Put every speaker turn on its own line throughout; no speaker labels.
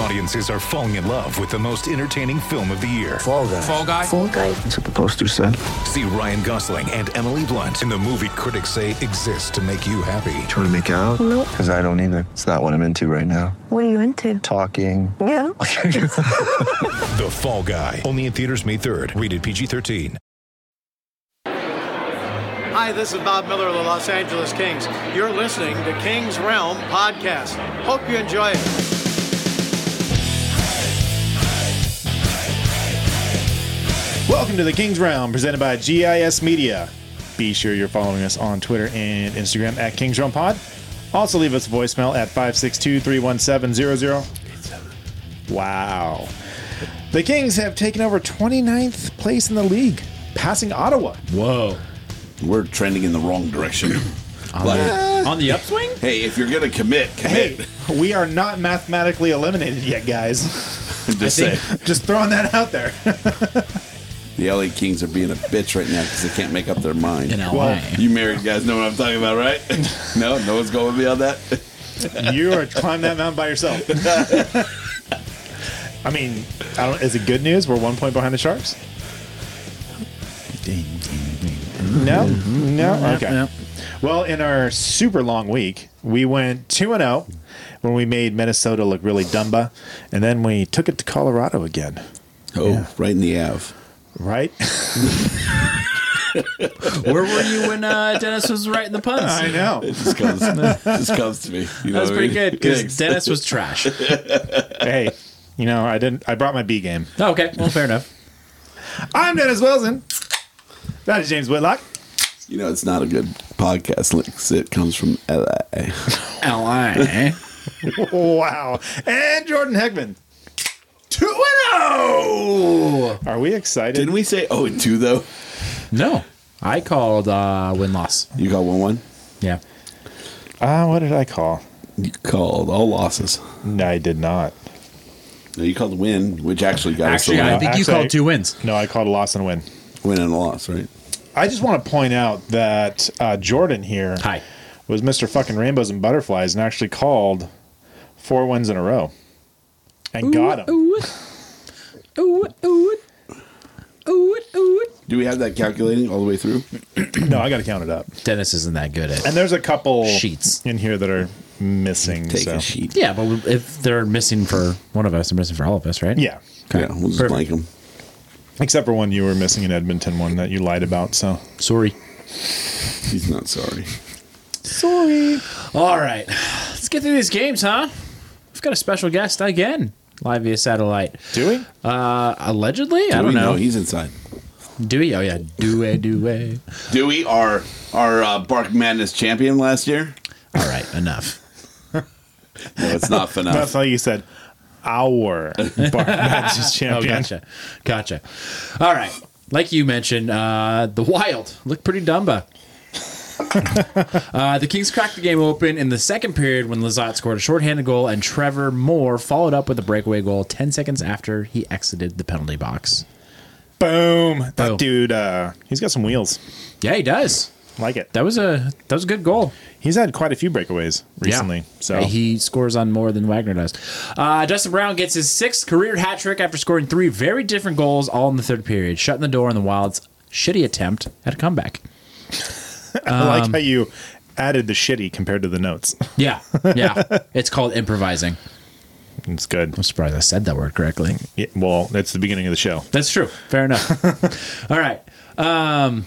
Audiences are falling in love with the most entertaining film of the year.
Fall guy.
Fall guy.
That's what the poster said.
See Ryan Gosling and Emily Blunt in the movie critics say exists to make you happy.
Trying to make it out?
Nope.
Because I don't either. It's not what I'm into right now.
What are you into?
Talking.
Yeah.
The Fall Guy. Only in theaters May 3rd. Rated PG-13.
Hi, this is Bob Miller of the Los Angeles Kings. You're listening to King's Realm Podcast. Hope you enjoy it.
Welcome to the King's Round, presented by GIS Media. Be sure you're following us on Twitter and Instagram at King's Round Pod. Also, leave us a voicemail at 562 317 Wow. The Kings have taken over 29th place in the league, passing Ottawa.
Whoa.
We're trending in the wrong direction. like,
On the upswing?
hey, if you're gonna commit, commit.
Hey, we are not mathematically eliminated yet, guys.
Just say
Just throwing that out there.
the LA Kings are being a bitch right now because they can't make up their mind.
In LA.
You married guys know what I'm talking about, right? no, no one's going with me on that.
you are climbing that mountain by yourself. I mean, I don't, is it good news? We're one point behind the Sharks. No,
Mm-hmm.
no, okay.
no.
Well, in our super long week, we went two and zero when we made Minnesota look really dumba, and then we took it to Colorado again.
Oh, right in the Av.
Right?
Where were you when uh, Dennis was writing the puns?
I know.
It just comes, just comes to me. You know
That was
what I
pretty
mean?
good because
Thanks.
Dennis was trash.
hey, you know, I didn't. I brought my B game.
Oh, okay, well, fair enough.
I'm Dennis Wilson. That is James Whitlock.
You know, it's not a good podcast. Like, it comes from LA. eh?
LA.
Wow. And Jordan Heckman.
Two and oh.
Are we excited?
Didn't we say oh and two though?
no, I called uh, win loss.
You got one one.
Yeah.
Uh, what did I call?
You called all losses.
No, I did not.
No, you called win, which actually got
Actually,
us a
I
win.
think you
actually-
called two wins.
No, I called a loss and a win.
win and a loss, right?
I just want to point out that uh, Jordan here
Hi.
was Mr. fucking Rainbows and Butterflies and actually called four wins in a row and got him.
Ooh, ooh, ooh, ooh.
Do we have that calculating all the way through?
No, I got to count it up.
Dennis isn't that good at
And there's a couple
Sheets.
in here that are missing.
Take
so.
a sheet.
Yeah, but if they're missing for one of us, they're missing for all of us, right?
Yeah.
Yeah, we'll just
Perfect.
blank them.
Except for one you were missing in Edmonton, one that you lied about. So
Sorry.
He's not sorry.
sorry.
All right. Let's get through these games, huh? We've got a special guest again, live via satellite.
Doing?
Uh, allegedly? I
Dewey?
don't know.
No, he's inside.
Dewey? Oh, yeah. Dewey, Dewey.
Dewey, our our uh, Bark Madness champion last year.
All right, enough.
No, it's not
That's
enough.
how you said our bar matches
Oh,
champion.
gotcha. Gotcha. All right. Like you mentioned, uh, the Wild look pretty dumba. uh, the Kings cracked the game open in the second period when Lazat scored a shorthanded goal, and Trevor Moore followed up with a breakaway goal 10 seconds after he exited the penalty box.
Boom. That
Boom.
dude, uh, he's got some wheels.
Yeah, he does.
Like it.
That was a that was a good goal.
He's had quite a few breakaways recently.
Yeah.
So
he scores on more than Wagner does. Uh, Justin Brown gets his sixth career hat trick after scoring three very different goals all in the third period, shutting the door on the Wild's shitty attempt at a comeback.
I
um,
like how you added the shitty compared to the notes.
Yeah, yeah. it's called improvising.
it's good.
I'm surprised I said that word correctly.
Yeah, well, that's the beginning of the show.
That's true. Fair enough. all right. Um,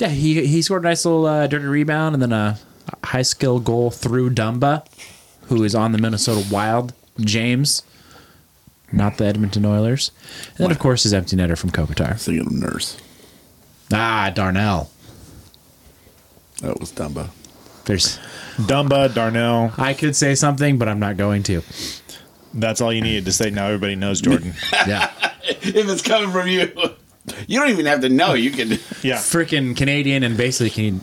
yeah, he he scored a nice little uh, dirty rebound and then a high skill goal through Dumba, who is on the Minnesota Wild. James, not the Edmonton Oilers, and then of course his empty netter from Kopitar.
Thinking of nurse.
Ah, Darnell.
That was Dumbo.
There's.
Dumba, Darnell.
I could say something, but I'm not going to.
That's all you needed to say. Now everybody knows Jordan.
Yeah.
If it's coming from you, you don't even have to know. You can.
Yeah.
Freaking Canadian and basically Can-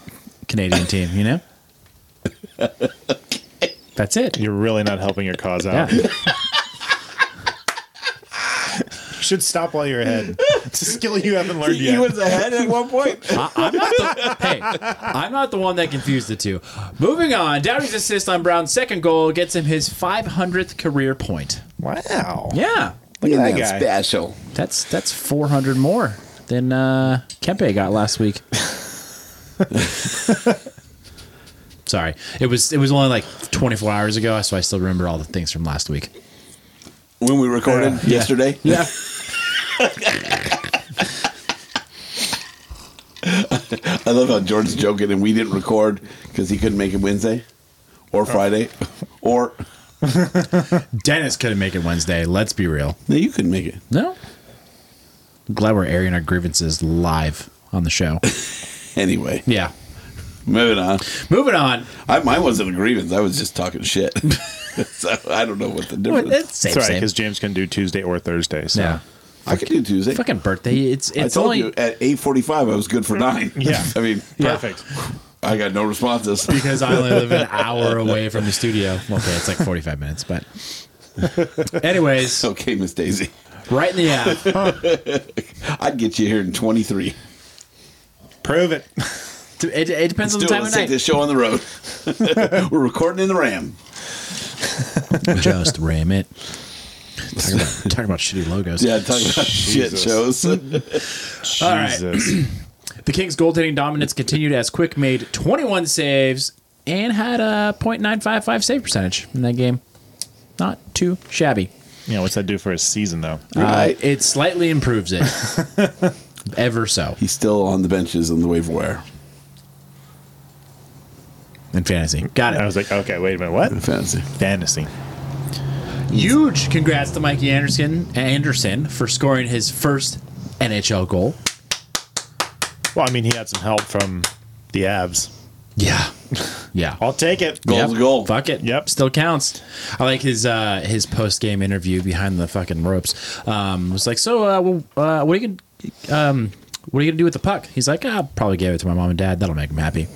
Canadian team, you know? That's it.
You're really not helping your cause
Yeah.
out. Should stop while you're ahead. It's a skill you haven't learned yet.
ahead at one point.
I, I'm not the, hey, I'm not the one that confused the two. Moving on, Dowdy's assist on Brown's second goal gets him his 500th career point.
wow.
Yeah,
Look at that
That's
guy.
special.
that's that's 400 more than uh, Kempe got last week. Sorry, it was it was only like 24 hours ago, so I still remember all the things from last week.
When we recorded
Yeah.
yesterday,
Yeah,
I love how Jordan's joking, and we didn't record because he couldn't make it Wednesday or Friday, or
Dennis couldn't make it Wednesday. Let's be real.
no, you couldn't make it.
No, glad we're airing our grievances live on the show.
Anyway,
Yeah.
moving on.
Moving on.
I, mine wasn't a grievance. I was just talking shit. so I don't know what the difference.
same,
That's right, because James can do Tuesday or Thursday. So.
Yeah.
I could do Tuesday.
Fucking birthday. It's
I
it's
told
only
you at eight forty-five I was good for nine.
Yeah.
I mean,
Perfect.
I got no responses.
because I only live an hour away from the studio. Okay, it's like forty five minutes, but anyways,
okay, Miss Daisy,
right in the app.
I'd get you here in twenty-three.
Prove it.
It, it depends on the
Still,
time of
let's take
night.
this show on the road. We're recording in the Ram.
Just ram it. Talking about, talking about shitty logos.
Yeah, talking about shit shows.
All right.
Jesus.
The Kings' goaltending dominance continued as Quick made 21 saves and had a .955 save percentage in that game. Not too shabby.
yeah, what's that do for a season, though?
Uh,
right.
it slightly improves it. Ever so
He's still on the benches on the waiver wire.
in fantasy. Got
I
it.
was like, okay, wait a minute. What?
Fantasy.
Fantasy.
Huge congrats to Mikey Anderson Anderson for scoring his first NHL goal.
Well, I mean, he had some help from the Abs.
Yeah. Yeah.
I'll take it.
Goal's
Yep.
a goal.
Fuck it.
Yep.
Still counts. I like his uh, his post game interview behind the fucking ropes. Um, was like, so uh, well, uh, what are you gonna um, what are you gonna do with the puck? He's like, I'll probably give it to my mom and dad. That'll make them happy.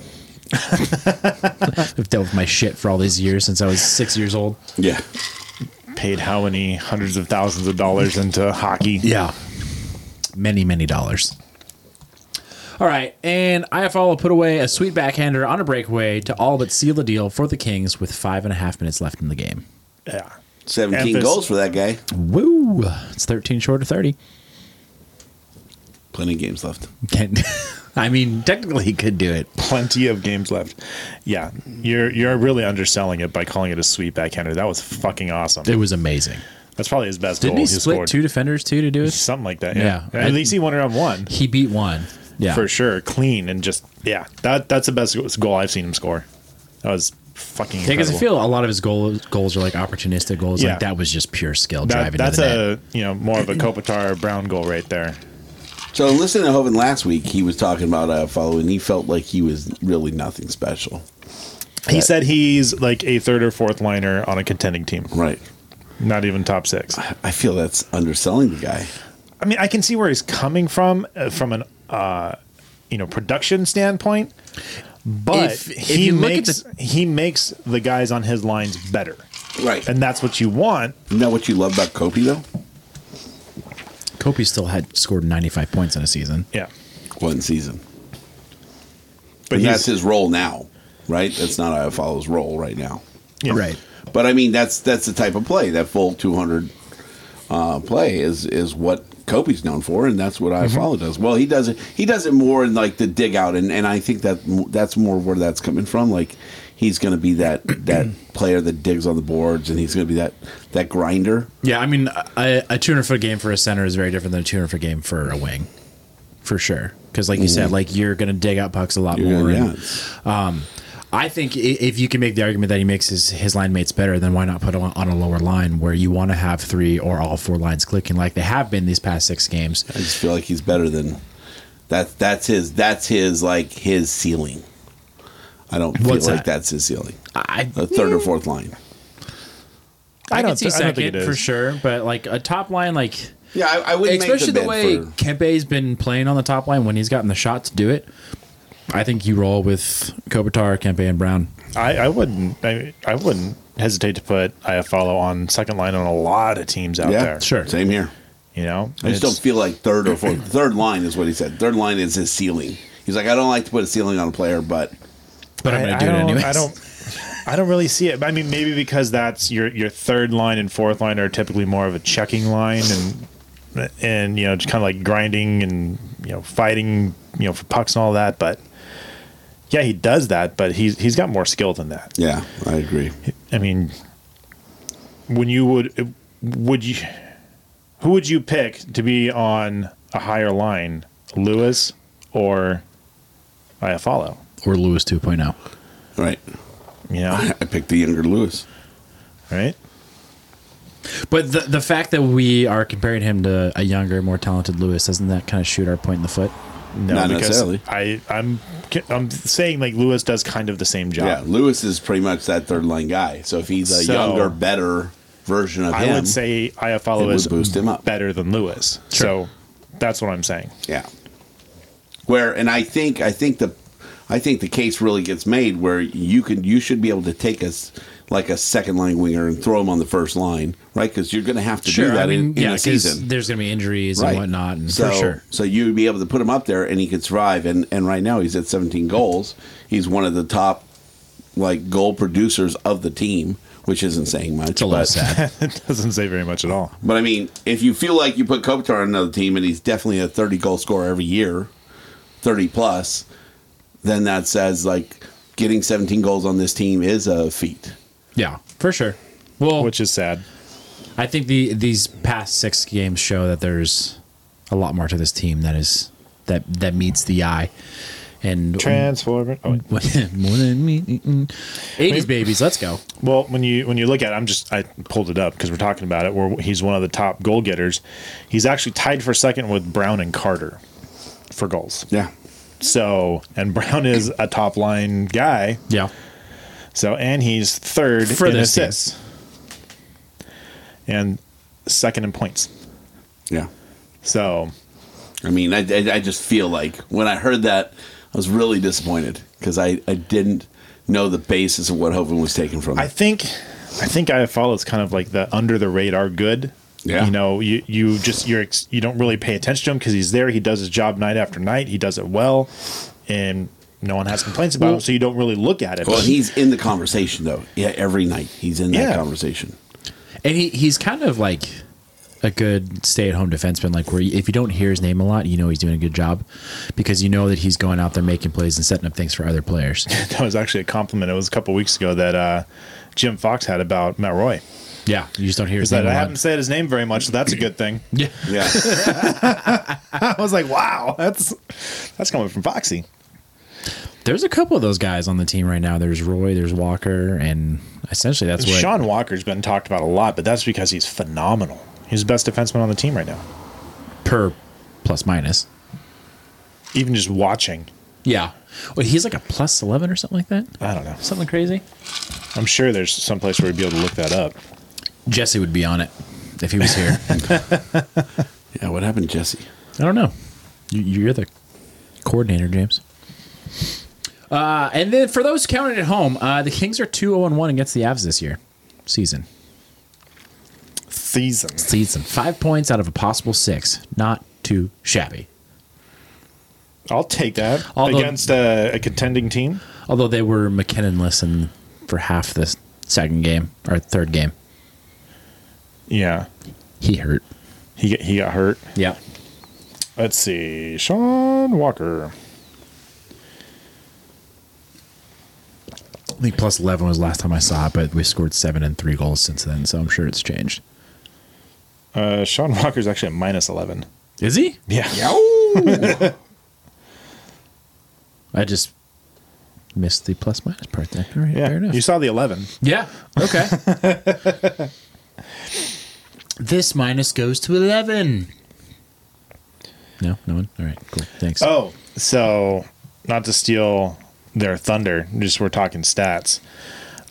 I've dealt with my shit for all these years since I was six years old.
Yeah.
Paid how many hundreds of thousands of dollars into hockey?
Yeah. Many, many dollars. All right. And IFL put away a sweet backhander on a breakaway to all but seal the deal for the Kings with five and a half minutes left in the game.
Yeah.
17
Memphis.
goals for that guy.
Woo. It's 13 short of 30.
Plenty of games left.
Can't, I mean, technically, he could do it.
Plenty of games left. Yeah, you're you're really underselling it by calling it a sweet backhander. That was fucking awesome.
It was amazing.
That's probably his best
Didn't
goal
he split two defenders, too, to do it?
something like that. Yeah,
Yeah.
at least he won around one
He beat one. Yeah.
for sure, clean and just yeah. That that's the best goal I've seen him score. That was fucking.
Yeah, because I
incredible.
feel a lot of his goal, goals are like opportunistic goals.
Yeah.
Like that was just pure skill
that,
driving.
that's
to the net.
a you know more of a Kopitar Brown goal right there.
So, listening to Hovind last week, he was talking about uh, following. He felt like he was really nothing special.
He said he's like a third or fourth liner on a contending team,
Right.
not even top six.
I feel that's underselling the guy.
I mean, I can see where he's coming from uh, from an uh, you know production standpoint, but
If- if
he
you look at
makes he makes the guys on his lines better,
Right.
and that's what you want.
Isn't that what you love about Kopi, though?
Kopi still had scored 95 points in a season.
Yeah,
One season.
but
and that's
he's-
his role now, right? That's not IFL's role right now.
yeah.
Right.
But I mean, that's that's the type of play that full 200 uh, play is is what Kopi's known for, and that's what
Mm-hmm.
IFL does. Well, he does it. He does it more in like the dig out, and, and I think that m- that's more where that's coming from. Like he's going to be that that player that digs on the boards, and he's going to be that that grinder.
Yeah, I mean, a, a 200 foot game for a center is very different than a 200 foot game for a wing, for sure. Because, like you said, like you're going to dig out pucks a lot
Mm-hmm. You're
more.
gonna- yeah,
and,
it's-
um, I think i- if you can make the argument that he makes his, his line mates better, then why not put him on, on a lower line where you want to have three or all four lines clicking like they have been these past six games?
I just feel like he's better than That's that's his that's his like his ceiling. I don't feel
What's
like
that? Uh, mm.
that's his ceiling.
I,
The third or fourth line.
I,
I
can
don't
see
thi- I don't think
second
it
for
is.
sure, but like a top line, like
Yeah, I, I would
especially the, way
For,
Kempe's been playing on the top line when he's gotten the shot to do it. I think you roll with Kopitar, Kempe, and Brown.
I, I wouldn't. I, I wouldn't hesitate to put I follow on second line on a lot of teams out
yeah,
there.
Sure.
Same here.
You know,
I just
It's-
don't feel like third or fourth. Third line is what he said. Third line is his ceiling. He's like, I don't like to put a ceiling on a player, but
But I'm
I-
going
I
to do it
don't-
anyway.
I don't. I don't really see it. I mean, maybe because that's your your third line and fourth line are typically more of a checking line and and you know just kind of like grinding and you know fighting you know for pucks and all that. But yeah, he does that, but he's he's got more skill than that.
yeah, I agree.
I mean, when you would would you who would you pick to be on a higher line, Lewis or I follow?
Or Lewis oh. 2.0.
All right,
You know,
I picked the younger Lewis.
right?
But the the fact that we are comparing him to a younger, more talented Lewis doesn't that kind of shoot our point in the foot?
No,
Not
because
necessarily.
I I'm I'm saying like Lewis does kind of the same
Yeah,
job.
Lewis is pretty much that third line guy. So if he's a
So-
younger, better version of
I
him,
would say
It
Iafalo
would
is
boost him up.
better than Lewis. So that's what I'm saying.
yeah. Where and I think I think the I think the case really gets made where you can you should be able to take us like a second line winger and throw him on the first line, right? Because you're going to have to do that
I mean,
in, in
yeah,
a
'cause
season.
there's going to be injuries and whatnot. And
so,
for sure.
So you'd be able to put him up there, and he could survive. And and right now he's at 17 goals. He's one of the top like goal producers of the team, which isn't saying much.
It's a little
but,
sad.
it doesn't say very much at all.
but I mean, if you feel like you put Kopitar on another team, and he's definitely a 30 goal scorer every year, 30 plus, then that says like getting 17 goals on this team is a feat.
yeah, for sure.
Oh.
Well,
Which is sad.
I think the these past six games show that there's a lot more to this team that is that that meets the eye. And
Transformer. Oh, wait.
more than me, mm-mm. 80s babies. Let's go.
Well, when you when you look at, it, I'm just I pulled it up because we're talking about it. Where he's one of the top goal getters. He's actually tied for second with Brown and Carter for goals.
Yeah.
So and Brown is a top line guy.
Yeah,
So and he's third
For
in
this team.
assists and second in points.
Yeah.
So
I mean, I, I, I just feel like when I heard that, I was really disappointed because I, I didn't know the basis of what Hovind was taking from
I
it.
think I think I follow is kind of like the under the radar good.
Yeah.
You know, you you just you're ex- you don't really pay attention to him because he's there. He does his job night after night. He does it well, and no one has complaints about him. So you don't really look at it.
Well,
But
he's in the conversation though. Yeah, every night he's in that
Yeah.
conversation.
and he he's kind of like a good stay-at-home defenseman. Like where you, if you don't hear his name a lot, you know he's doing a good job because you know that he's going out there making plays and setting up things for other players.
that was actually a compliment. It was a couple weeks ago that uh, Jim Fox had about Matt Roy.
yeah, you just don't hear his
That
name.
I
a lot.
haven't said his name very much, so that's a good thing.
Yeah,
Yeah,
I was like, wow, that's that's coming from Foxy.
there's a couple of those guys on the team right now. There's Roy, there's Walker, and essentially that's what
Sean Walker's been talked about a lot, but that's because he's phenomenal. He's the best defenseman on the team right now.
per plus minus.
Even just watching,
Yeah, well, he's like a plus eleven or something like that.
I don't know.
Something crazy.
I'm sure there's some place where we'd be able to look that up.
Jesse would be on it if he was here.
yeah. What happened, Jesse?
I don't know. You, you're the coordinator, James. Uh, and then for those counting at home, uh, the Kings are 2 0 1 against the Avs this year. Season.
Season.
Season. Five points out of a possible six. Not too shabby.
I'll take that
Although-
against uh, a contending team.
Although they were McKinnon-less in for half the second game or third game.
Yeah,
He hurt.
he get, he got hurt.
Yeah.
Let's see, Sean Walker.
I think plus 11 was the last time I saw it, but we scored seven and three goals since then, so I'm sure it's changed.
Uh, Sean Walker's actually at minus eleven.
Is he?
Yeah,
I just missed the plus minus part there. All right,
yeah.
fair enough.
You saw the eleven.
Yeah. Okay. this minus goes to 11. No, no one. All right, cool. Thanks.
Oh, so not to steal their thunder, just we're talking stats.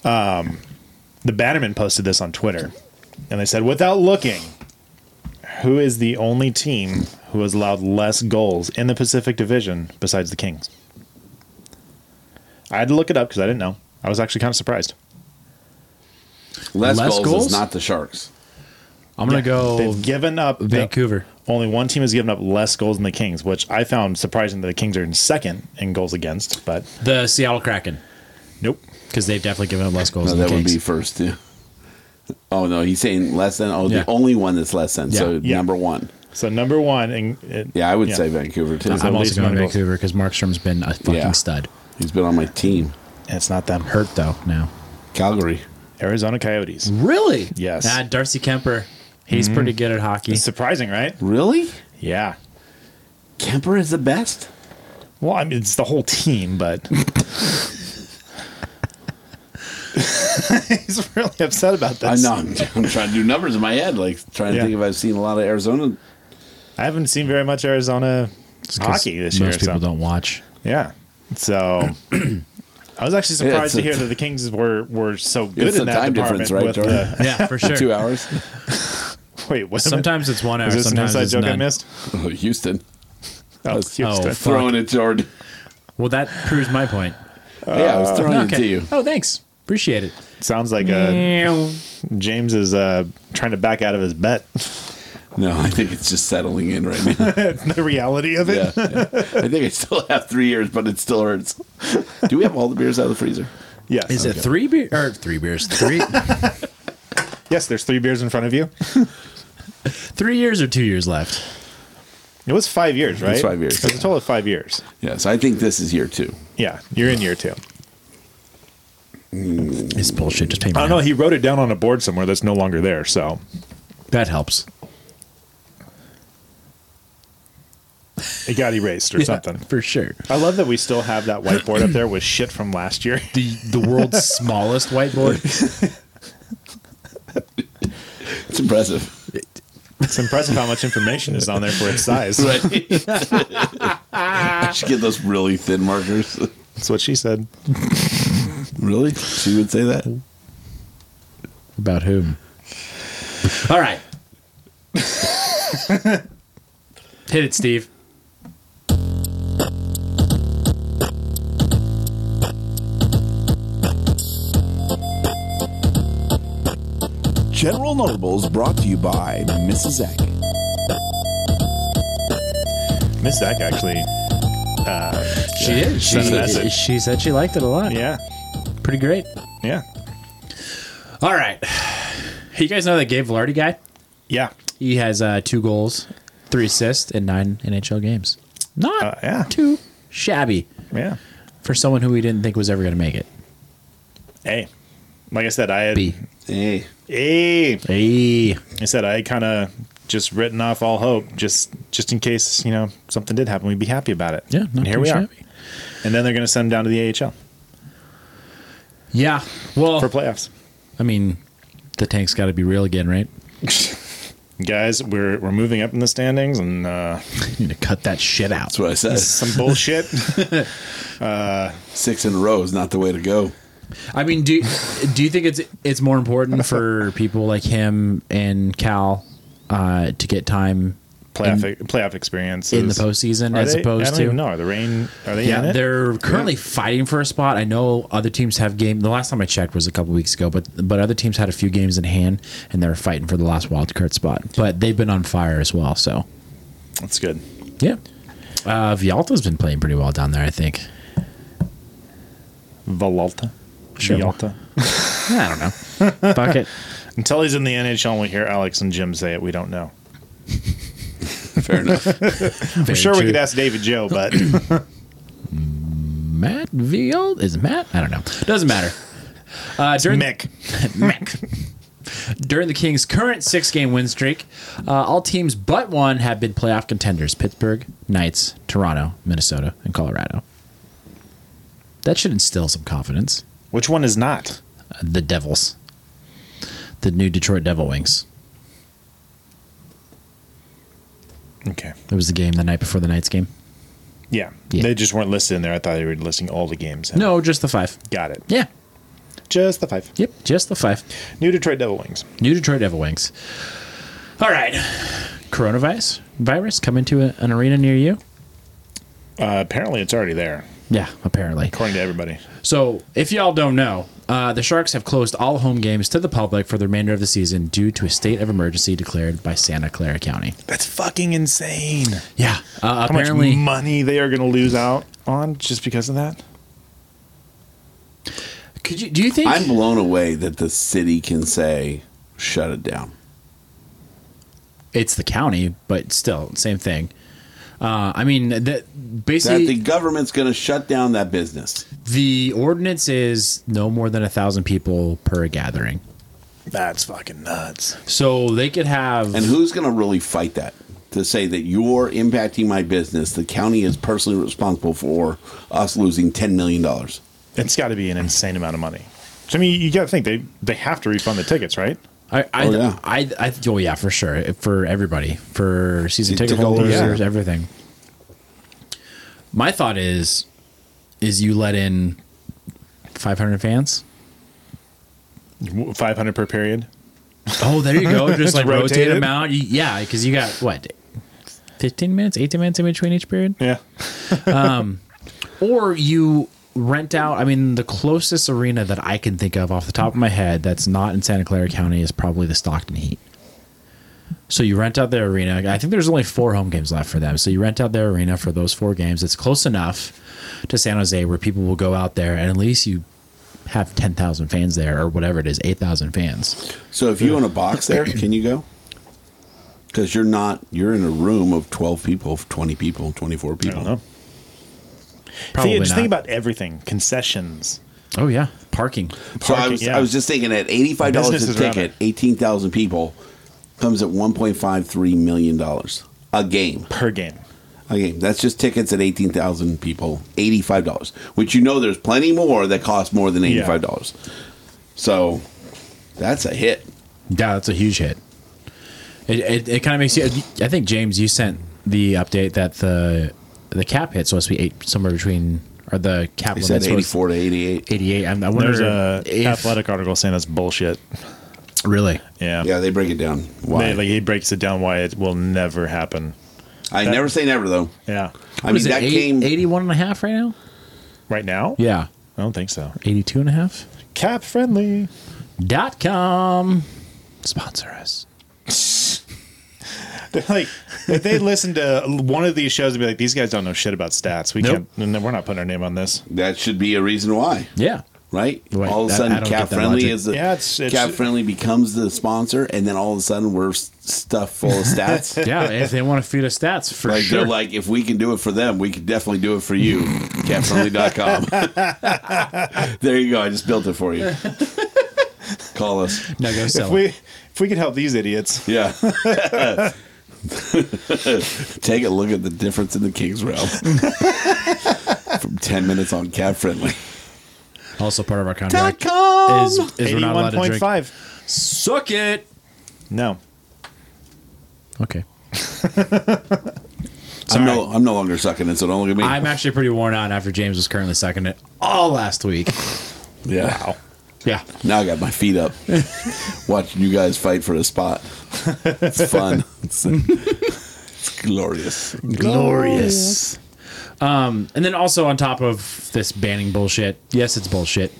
Um, the Bannerman posted this on Twitter, and they said, without looking, who is the only team who has allowed less goals in the Pacific Division besides the Kings? I had to look it up because I didn't know. I was actually kind of surprised.
Less,
Less
goals,
goals?
is not the Sharks.
I'm gonna go
They've given up
Vancouver.
only one team has given up less goals than the Kings, which I found surprising that the Kings are in second in goals against, but
the Seattle Kraken
nope.
because they've definitely given up less goals.
No,
than
that
the
would
Kings.
be first too. Oh no, he's saying less than. Oh,
Yeah.
the only one that's less than. so
Yeah,
yeah.
number one.
So number one, and and-
Yeah, I would say Vancouver too.
I'm also
least
going
amount of goals.
Vancouver because Markstrom's been a fucking
Yeah.
stud.
He's been on my team,
it's not them.
Hurt though now.
Calgary.
Arizona
Mm-hmm.
Coyotes.
Really?
Yes.
Nah, Darcy Kemper. He's pretty good at hockey.
It's surprising, right?
Really?
Yeah.
Kemper is the best.
Well, I mean, it's the whole team, but he's really upset about
I
this.
know. I'm, I'm trying to do numbers in my head, like trying
Yeah.
to think if I've seen a lot of Arizona.
I haven't seen very much Arizona hockey this year.
Most people
so-
don't watch.
Yeah. So I was actually
Yeah,
surprised
it's a-
to hear that the Kings were were so good
It's
in
a
that
time
department.
difference, right,
with
Jordan?
the,
Yeah, for sure.
Two hours.
wait, what?
Sometimes it's one hour.
is this an
sometimes
inside
it's
joke I
none.
missed?
Houston
Oh, Houston.
fuck.
throwing it, Jordan.
Well, that proves my point.
yeah, I was throwing it to you.
Oh, thanks. Appreciate it.
Sounds like uh, James is uh, trying to back out of his bet.
No, I think it's just settling in right now.
the reality of it.
yeah, yeah. I think I still have three years, but it still hurts. Do we have all the beers out of the freezer?
Yes.
Is it three beer or three beers? Three,
Yes, there's three beers in front of you.
three years or two years left?
It was five years, right?
five years,
It was a
yeah.
total of five years.
Yes, I think this is year two.
Yeah, you're in year two.
It's bullshit. Just pay me.
I don't
now.
know. Oh, He wrote it down on a board somewhere that's no longer there. So
That helps.
it got erased or something.
for sure.
I love that we still have that whiteboard up there with shit from last year.
The the world's smallest whiteboard.
It's impressive.
It's impressive how much information is on there for its size.
I should get those really thin markers.
That's what she said.
Really? She would say that?
About whom? All right. Hit it, Steve.
General Notables brought to you by Mrs. Eck.
Miss Zach actually.
She did. She,
Send a message.
she said she liked it a lot.
Yeah.
Pretty great.
Yeah.
All right. You guys know that Gabe Velarde guy?
Yeah.
He has uh, two goals, three assists, and nine NHL games. Not
Uh, yeah.
too shabby
Yeah.
for someone who we didn't think was ever going to make it.
Hey. Like I said, I had.
B.
Hey.
Hey.
Hey.
I said I kind of just written off all hope, just just in case you know something did happen, we'd be happy about it.
Yeah,
and
not
here
too
we are.
shabby.
And then they're going to send him down to the AHL
Yeah. Well,
for playoffs.
I mean, the tank's got to be real again, right?
Guys, we're we're moving up in the standings, and uh,
I need to cut that shit out.
That's what I said.
some bullshit.
Six in a row is not the way to go.
I mean, do do you think it's it's more important for people like him and Cal uh, to get time?
playoff playoff experience
in the
is-
postseason
Are
as
they-
opposed
I don't
to-
even know. Are the rain? Are they in
Yeah,
it?
they're currently fighting for a spot. I know other teams have game. The last time I checked was a couple weeks ago, but but other teams had a few games in hand and they're fighting for the last wild card spot. But they've been on fire as well. So
That's good.
yeah, uh, Vialta's been playing pretty well down there. I think.
Valalta.
Sure.
Vialta.
I don't know. Fuck it.
Until he's in the NHL and we hear Alex and Jim say it, we don't know.
Fair enough.
I'm sure we could ask David Joe, but
Matt Vialta. Is it Matt? I don't know. Doesn't matter. Uh, during
Mick.
During the Kings' current six game win streak, uh, all teams but one have been playoff contenders Pittsburgh, Knights, Toronto, Minnesota, and Colorado. That should instill some confidence.
Which one is not?
Uh, The Devils, the new Detroit Devil Wings.
Okay.
It was the game the night before the night's game.
Yeah.
Yeah.
They just weren't listed in there. I thought they were listing all the games.
No, just the five.
Got it.
Yeah.
Just the five.
Yep. Just the five.
New Detroit Devil Wings.
New Detroit Devil Wings. All right. Coronavirus virus coming to a, an arena near you.
Uh, apparently, it's already there,
Yeah, apparently.
according to everybody.
So, if y'all don't know, uh, the Sharks have closed all home games to the public for the remainder of the season due to a state of emergency declared by Santa Clara County.
That's fucking insane.
Yeah, uh,
How
apparently,
much money they are going to lose out on just because of that?
could you do you think?
I'm blown away that the city can say, shut it down.
it's the county, but still, same thing. Uh, I mean, that
That
basically
the
the,
government's going to shut down that business.
ordinance is no more than a thousand people per gathering,
That's fucking nuts.
so they could have.
And who's going to really fight that? To say that you're impacting my business, the county is personally responsible for us losing $10 million.
It's got to be an insane amount of money. So, I mean, you got to think they they have to refund the tickets, right?
I, I,
Oh, yeah.
I, I, oh yeah, for sure, for everybody, for season
Ticket
ticket holders,
holders, yeah.
everything. My thought is, is you let in 500 fans?
Five hundred per period.
Oh, there you go. Just like rotate,
Rotated.
them out. You- yeah, because you got what, 15 minutes, 18 minutes in between each period,
Yeah.
or you rent out. I mean, the closest arena that I can think of off the top of my head that's not in Santa Clara County is probably the Stockton Heat. So you rent out their arena. I think there's only four home games left for them. So you rent out their arena for those four games. It's close enough to San Jose where people will go out there and at least you have 10,000 fans there or whatever it is, 8,000 fans.
So if you own a box there, can you go? Because you're not, you're in a room of 12 people, 20 people, 24
I
people.
don't know.
Probably
See, just
not.
think about everything: concessions,
oh, yeah. Parking.
So I
Parking,
was,
yeah.
I was just thinking at eighty-five dollars a
Businesses around
ticket,
it.
eighteen thousand people comes at one point five three million dollars a game.
per game.
A game. That's just tickets at eighteen thousand people, eighty-five dollars. Which you know, there's plenty more that cost more than
Yeah.
eighty-five dollars. So that's a hit.
Yeah, that's a huge hit. It, it, it kind of makes you. I think James, you sent the update that the the cap hit's supposed to be eight somewhere between or the cap
He
limit's
said
supposed-
eighty-four to eighty-eight.
88. I'm, I wonder
There's a
if
athletic article saying that's bullshit.
really.
Yeah.
Yeah, they break it down. Why?
They- like he breaks it down why it will never happen.
I
that-
never say never though.
Yeah.
I mean, that game.
81 and a half right now?
Right now?
Yeah.
I don't think so.
82 and a half?
Cap friendly.
Dot com. Sponsor us.
They're like if they listen to one of these shows and be like, these guys don't know shit about stats. We
Nope.
can't. no, We're not putting our name on this.
that should be a reason why.
Yeah.
right?
Right.
All of a
That- I
sudden,
don't
Cat
get that
Friendly
logic.
is the
Yeah, it's- it's-
Cat Friendly becomes the sponsor, and then all of a sudden we're s- stuffed full of stats.
Yeah. if they want to feed us stats, for
Like
sure.
they're like, if we can do it for them, we can definitely do it for you. CatFriendly.com. there you go. I just built it for you. Call us.
no, go sell
If
it.
we if we could help these idiots,
Yeah. Take a look at the difference in the King's Realm from 10 minutes on Cat Friendly.
Also, part of our contract is, is we're not allowed
eighty-one
to
point
drink.
five.
Suck it.
No,
Okay.
I'm no, I'm no longer sucking it, so don't look at me.
I'm actually pretty worn out after James was currently sucking it all last week.
yeah.
Yeah.
Now I got my feet up watching you guys fight for a spot. It's fun. It's, it's glorious.
Glorious. Um, and then also on top of this banning bullshit, yes, it's bullshit.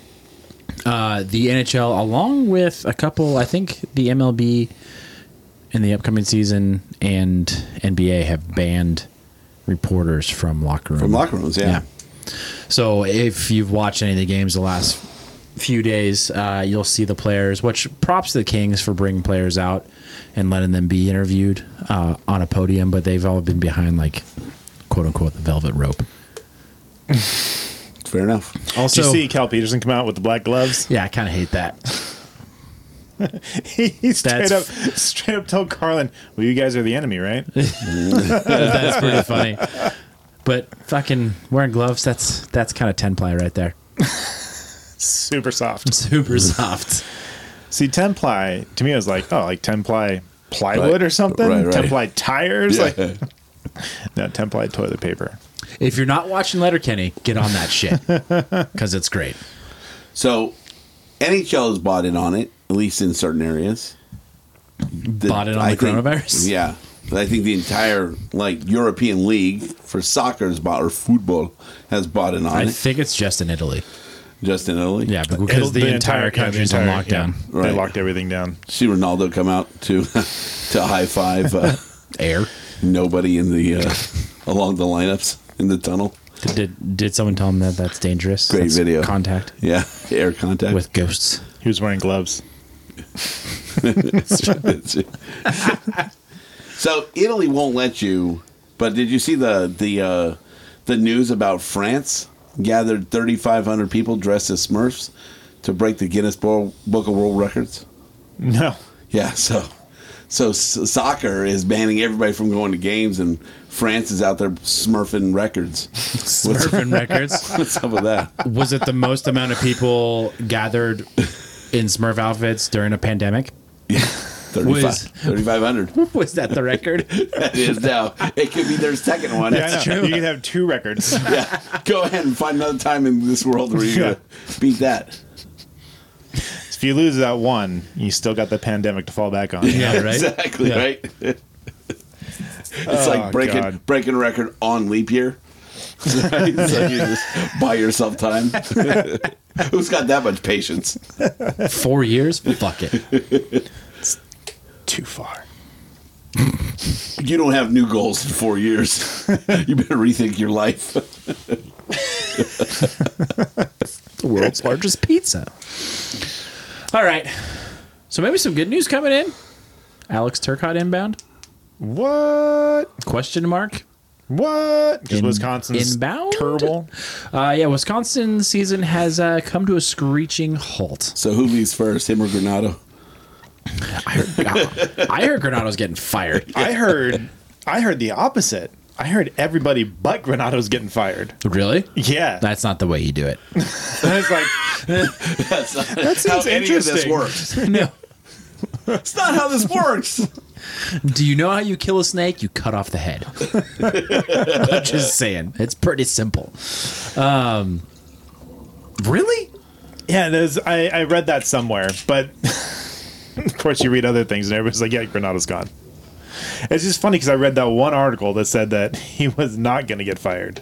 Uh, the NHL, along with a couple, I think the MLB in the upcoming season and NBA have banned reporters from locker room.
From locker rooms, yeah.
So if you've watched any of the games the last few days, uh, you'll see the players. Which props to the Kings for bringing players out and letting them be interviewed uh, on a podium, but they've all been behind like quote unquote the velvet rope.
Fair enough.
Also,
did you see Cal Peterson come out with the black gloves?
yeah, I kind of hate that.
he straight
That's-
up straight up told Carlin, "Well, you guys are the enemy, right?"
that's pretty funny. But fucking wearing gloves, that's that's kind of ten ply right there.
Super soft.
Super soft.
See, ten ply to me I was like, oh, like ten ply plywood
Right.
or something.
Right, right.
Templite tires.
Yeah.
Like no Templite toilet paper.
If you're not watching Letterkenny, get on that shit because it's great.
So NHL has bought in on it, at least in certain areas. The-
Bought in on the
think-
coronavirus?
Yeah. But I think the entire like European league for soccer has bought or football has bought in on
I
it.
think it's just in Italy.
just in Italy.
Yeah, because the, entire country's on lockdown.
Right.
They locked everything down.
See Ronaldo come out to to high five uh,
Air.
nobody in the uh, along the lineups in the tunnel.
Did did someone tell him that that's dangerous?
Great
That's
video.
Contact
Yeah, air contact
with ghosts.
He was wearing gloves.
so Italy won't let you. But did you see the the uh, the news about France gathered 3,500 people dressed as Smurfs to break the Guinness Bo- Book of World Records?
No.
Yeah, so so s- soccer is banning everybody from going to games, and France is out there smurfing records.
Smurfing records.
What's up with that?
Was it the most amount of people gathered in Smurf outfits during a pandemic?
35
Was-
3,500.
Was that the record?
That is now. It could be their second one.
Yeah, I know. You can have two records.
yeah. Go ahead and find another time in this world where you're gonna beat that.
if you lose that one, you still got the pandemic to fall back on.
yeah, right.
Exactly,
Yeah.
right? it's like breaking
God.
breaking a record on leap year. Right? so you just buy yourself time. Who's got that much patience?
Four years. Fuck it.
Too far.
You don't have new goals in four years. you better rethink your life.
The world's largest pizza. All right. So maybe some good news coming in. Alex Turcott inbound?
What?
Question mark.
What? Because
In-
Wisconsin's
inbound?
terrible.
Uh, yeah, Wisconsin season has uh, come to a screeching halt.
So who leaves first, him or Granado?
I heard, I heard Granado's getting fired.
I heard. I heard the opposite. I heard everybody but Granado's getting fired.
Really?
Yeah,
That's not the way you do it.
I was like,
That's not
sounds
how any of this
interesting.
works.
No.
It's not how this works.
Do you know how you kill a snake? You cut off the head. I'm just saying. It's pretty simple. Um, really?
yeah. There's. I, I read that somewhere, but of course you read other things, and everybody's like, yeah, Granado's gone. It's just funny because I read that one article that said that he was not going to get fired.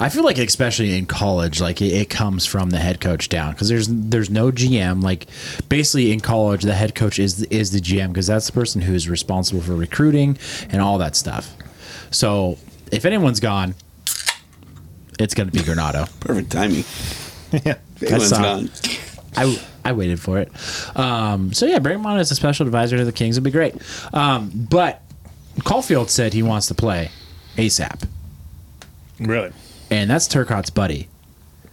I feel like especially in college, like it, it comes from the head coach down because there's there's no GM. Like basically in college, the head coach is is the GM because that's the person who is responsible for recruiting and all that stuff. So if anyone's gone, it's going to be Granado.
Perfect timing. Yeah.
saw- I, I waited for it. Um, so yeah, bring him on as a special advisor to the Kings would be great. Um, but Caulfield said he wants to play ASAP,
Really?
and that's Turcotte's buddy.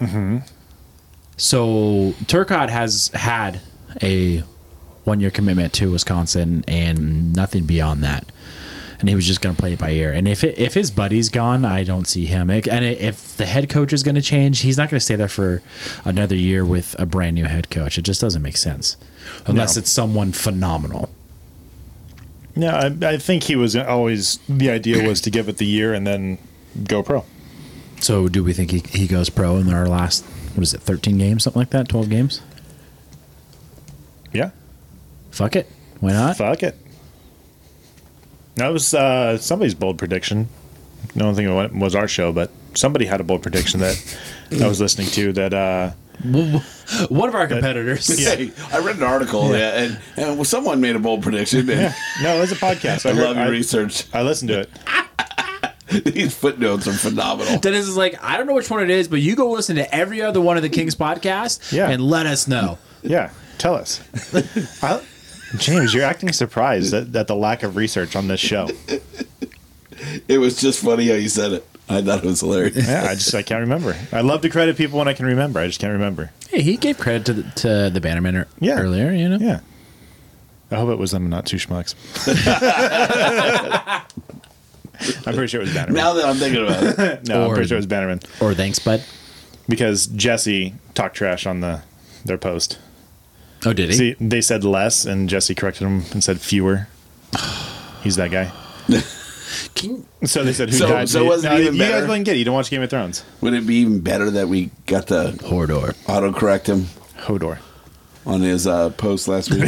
Mm-hmm. So Turcotte has had a one-year commitment to Wisconsin and nothing beyond that. And he was just going to play it by ear. And if it, if his buddy's gone, I don't see him. It- And if the head coach is going to change, he's not going to stay there for another year with a brand new head coach. It just doesn't make sense, unless
No.
it's someone phenomenal.
No, I, I think he was always the idea was to give it the year and then go pro.
So do we think he, he goes pro in our last what is it, thirteen games, something like that, twelve games?
Yeah,
Fuck it, why not?
fuck it. That was uh, somebody's bold prediction. I don't think it wa- was our show, but somebody had a bold prediction that I was listening to that. Uh,
One of our competitors.
Hey, I read an article and, and well, someone made a bold prediction. And
no, it was a podcast.
I love your
I,
research.
I listened to it.
These footnotes are phenomenal.
Dennis is like, I don't know which one it is, but you go listen to every other one of the Kings podcast
Hmm. Yeah.
and let us know.
Yeah, tell us. I, James, you're acting surprised at, at the lack of research on this show.
It was just funny how you said it. I thought it was hilarious.
Yeah, I just I can't remember. I love to credit people when I can remember. I just can't remember.
Hey, he gave credit to the, to the Bannerman er-
Yeah.
earlier, you know?
Yeah. I hope it was them, not two schmucks. I'm pretty sure it was Bannerman.
Now that I'm thinking about it,
no, I'm
Or-
pretty sure it was Bannerman
Or thanks, bud.
because Jesse talked trash on the their post.
Oh, did he?
See, they said less, and Jesse corrected him and said fewer. He's that guy.
Can,
So they said who
So-
died.
so
They-
wasn't it even
you guys
better?
wouldn't get it. You don't watch Game of Thrones.
Would it be even better that we got to
Hordor.
autocorrect him
Hodor.
on his uh, post last week?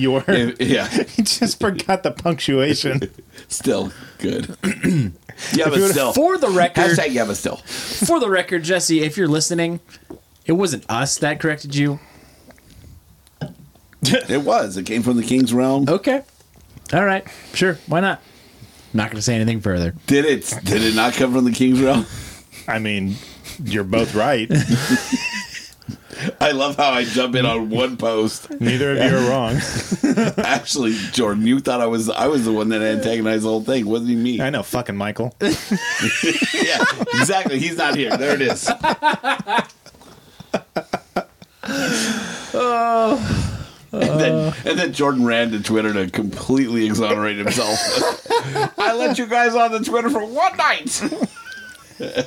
Your
yeah,
he just forgot the punctuation.
still good. yeah,
If
but
you would-
still.
for the record,
Hashtag yeah, but still.
for the record, Jesse, if you're listening, it wasn't us that corrected you.
It was. It came from the king's realm.
Oh.
Okay. All right. Sure. Why not? Not going to say anything further.
Did it? Did it not come from the king's realm?
I mean, you're both right.
I love how I jump in on one post.
Neither of you are wrong.
Actually, Jordan, you thought I was I was the one that antagonized the whole thing, wasn't he? Me?
I know, fucking Michael.
yeah, exactly. He's not here. There it is. Oh. And then, and then Jordan ran to Twitter to completely exonerate himself. I let you guys on the Twitter for one night.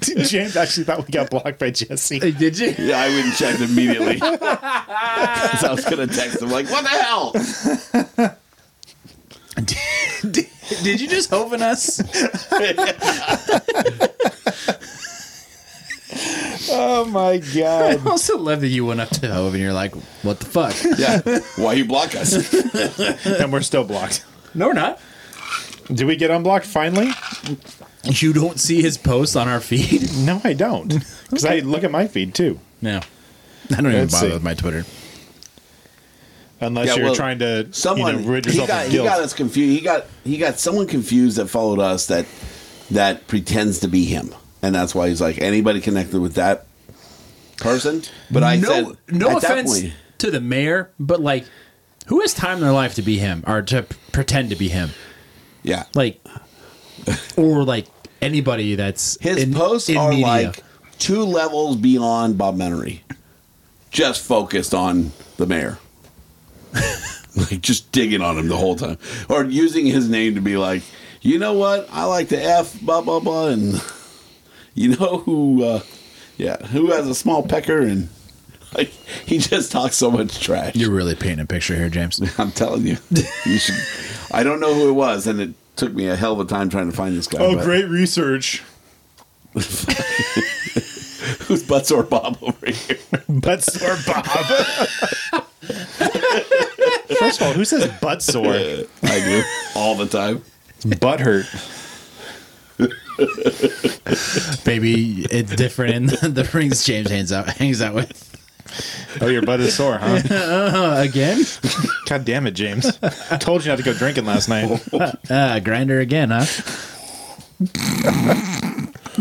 James actually thought we got blocked by Jesse.
Did you?
Yeah, I went and checked immediately. 'Cause I was going to text him, like, what the hell?
Did you just hoven us?
Oh my god.
I also love that you went up to Hove and you're like, what the fuck?
Yeah. Why you block us?
and we're still blocked.
No, we're not.
Did we get unblocked finally?
You don't see his posts on our feed?
No, I don't. Because I look at my feed too.
No. I don't even
Let's
bother
see.
with my Twitter.
Unless
Yeah,
you're
well,
trying to
Someone
you know, rid
he
yourself
got
of
he
guilt.
got us confused. He got he got someone confused that followed us that that pretends to be him, and that's why he's like anybody connected with that person. But I
no,
said
no
at that
offense
point-
to the mayor, but like, who has time in their life to be him or to p- pretend to be him?
yeah,
Like, or like anybody that's
his
in-
posts
in
are
media.
like two levels beyond Bob Menery, just focused on the mayor. like just digging on him the whole time, or using his name to be like, you know what, I like to f blah blah blah, and you know who, uh, yeah, who has a small pecker, and like he just talks so much trash.
You're really painting a picture here, James.
I'm telling you, you should. I don't know who it was, and it took me a hell of a time trying to find this guy.
oh,
but-
great research.
Who's butts or Bob over here?
Butt sore Bob. First of all, who says butt sore?
I do all the time.
butt hurt.
Maybe it's different in the, the rings James hangs out hangs out with.
Oh, your butt is sore, huh?
Uh, again,
God damn it, James. Told you not to go drinking last night.
uh, grinder again, huh?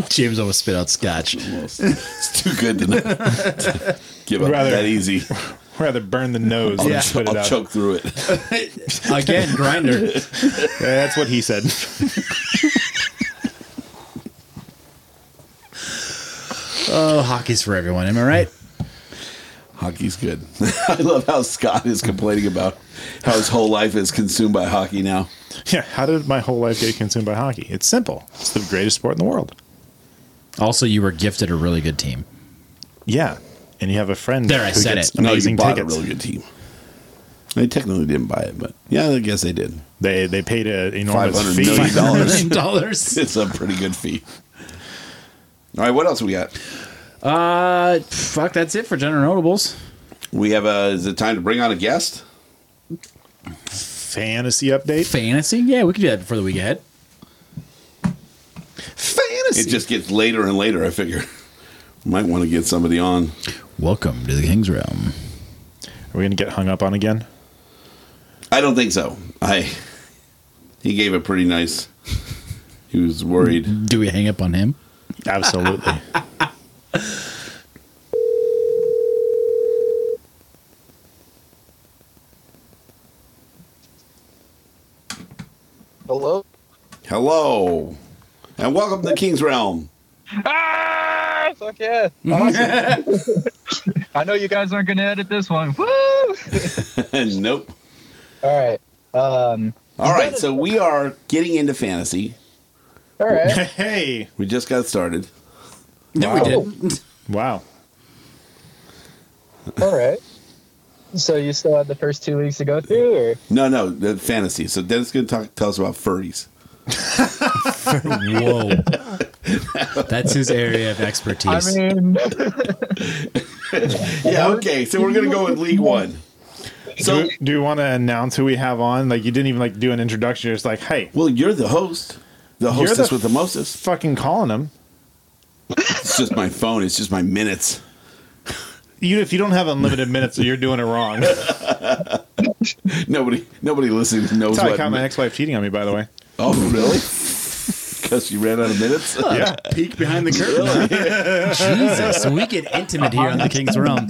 James almost spit out scotch.
It's too good to not give up
Rather-
that easy.
Rather burn the nose
I'll,
than
ch-
put it
I'll
out.
choke through it.
Again, grinder.
Yeah, that's what he said.
Oh, hockey's for everyone. Am I right?
Hockey's good. I love how Scott is complaining about how his whole life is consumed by hockey now.
Yeah, how did my whole life get consumed by hockey? It's simple. It's the greatest sport in the world.
Also, you were gifted a really good team.
Yeah, and you have a friend.
There, I said it.
No, you
Amazing
bought
tickets.
a really good team. They technically didn't buy it, but yeah, I guess they did.
They they paid an
$500
enormous fee.
million. Dollars.
dollars.
It's a pretty good fee. All right, what else we got?
Uh, fuck. That's it for general notables.
We have a. Is it time to bring on a guest?
Fantasy update.
Fantasy. Yeah, we could do that before the week ahead.
Fantasy.
It just gets later and later. I figure might want to get somebody on.
Welcome to the King's Realm.
Are we gonna get hung up on again?
I don't think so. I he gave a pretty nice. He was worried.
Do we hang up on him?
Absolutely.
Hello?
Hello, and welcome to the King's Realm.
Ah, fuck yeah. I know you guys aren't going to edit this one. Woo!
nope.
All right. Um,
All right, so we are getting into fantasy.
all right.
hey.
We just got started.
No, we did.
Wow.
All right. So you still had the first two weeks to go through, or
No, no, the fantasy. So Dennis going to talk tell us about furries.
Whoa. That's his area of expertise.
I mean,
yeah. Okay. So we're gonna go with League One.
So, do, do you want to announce who we have on? Like, you didn't even like do an introduction. You're just like, hey.
Well, you're the host. The hostess with the mostest.
Fucking calling him.
It's just my phone. It's just my minutes.
You, if you don't have unlimited minutes, you're doing it wrong. That's
Nobody, nobody listening knows
how I
what.
caught my ex-wife cheating on me, by the way.
oh, really? Because you ran out of minutes.
Yeah.
Peek behind the curtain. Jesus, we get intimate here on the King's Realm.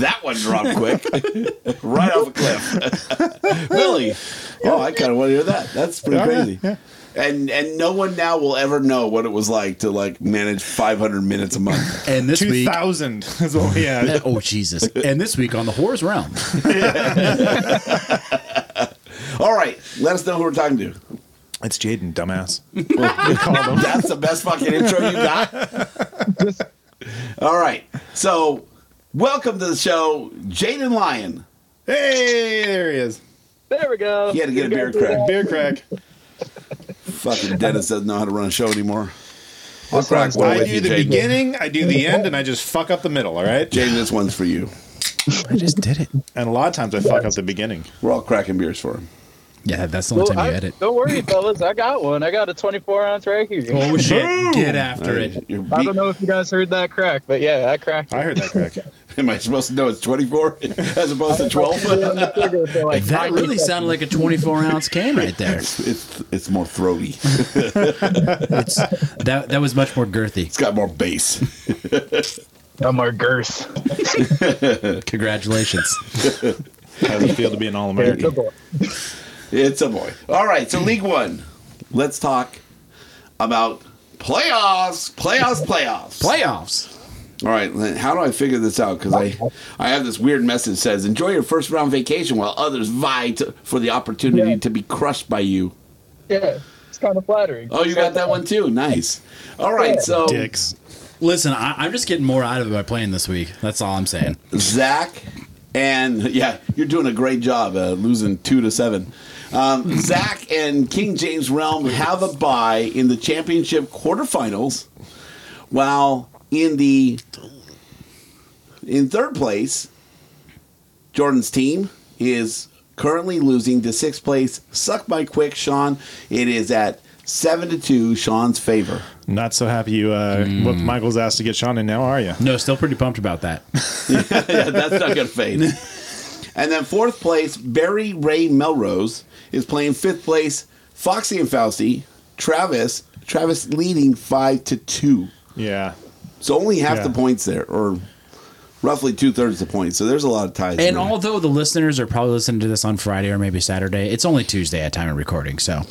That one dropped quick, right off a cliff. really? Oh, I kind of want to hear that. That's pretty
Yeah,
crazy.
yeah,
And and no one now will ever know what it was like to like manage 500 minutes a month.
And this
Two
week.
thousand is what we had.
Oh, Jesus. And this week on the Horror's Realm.
All right, let us know who we're talking to.
It's Jaden, dumbass.
That's the best fucking intro you got. All right, so welcome to the show, Jaden Lyon.
Hey, there he is.
there we go.
He had to get a beer crack.
Beer crack.
Fucking Dennis doesn't know how to run a show anymore. I'll
This
crack
one's
one
I
with
do
you,
the
Jaden.
beginning, I do the end, and I just fuck up the middle. All right.
Jaden, this one's for you.
I just did it.
And a lot of times I fuck up the beginning.
We're all cracking beers for him.
Yeah, that's the only
Well,
time you
I-
edit.
Don't worry, fellas. I got one. I got a 24 ounce right here.
Oh, shit. Get after it.
You're beat-
I don't know if you guys heard that crack, but yeah, I cracked.
I heard that crack.
Am I supposed to know it's 24 as opposed to 12?
like,
That really sounded like a 24 ounce can right there.
it's it's more throaty.
That that was much more girthy.
It's got more bass.
I'm our girth.
Congratulations.
How does it feel to be an All
It's a
American?
boy.
It's a boy. All right, so League One. Let's talk about playoffs, playoffs, playoffs.
Playoffs.
All right, Lynn, how do I figure this out? Because I, I have this weird message that says enjoy your first round vacation while others vie to, for the opportunity
Yeah.
to be crushed by you.
Yeah, it's kind of flattering.
Oh, you got that one too. Nice. All right, so
Dicks.
Listen, I, I'm just getting more out of it by playing this week. That's all I'm saying.
Zach, and yeah, you're doing a great job uh, losing two to seven. Um, Zach and King James Realm have a bye in the championship quarterfinals, while in the in third place, Jordan's team is currently losing to sixth place. Suck my quick, Sean. It is at seven to two, Sean's favor.
Not so happy you uh, whooped
Hmm.
Michael's ass to get Sean in now, are you?
No, still pretty pumped about that.
yeah, that's not going to fade. And then fourth place, Barry Ray Melrose is playing fifth place, Foxy and Fausty, Travis. Travis leading five to two.
Yeah.
So only half
Yeah.
the points there, or roughly two thirds the points. So there's a lot of ties. in
And
there.
although the listeners are probably listening to this on Friday or maybe Saturday, it's only Tuesday at time of recording. So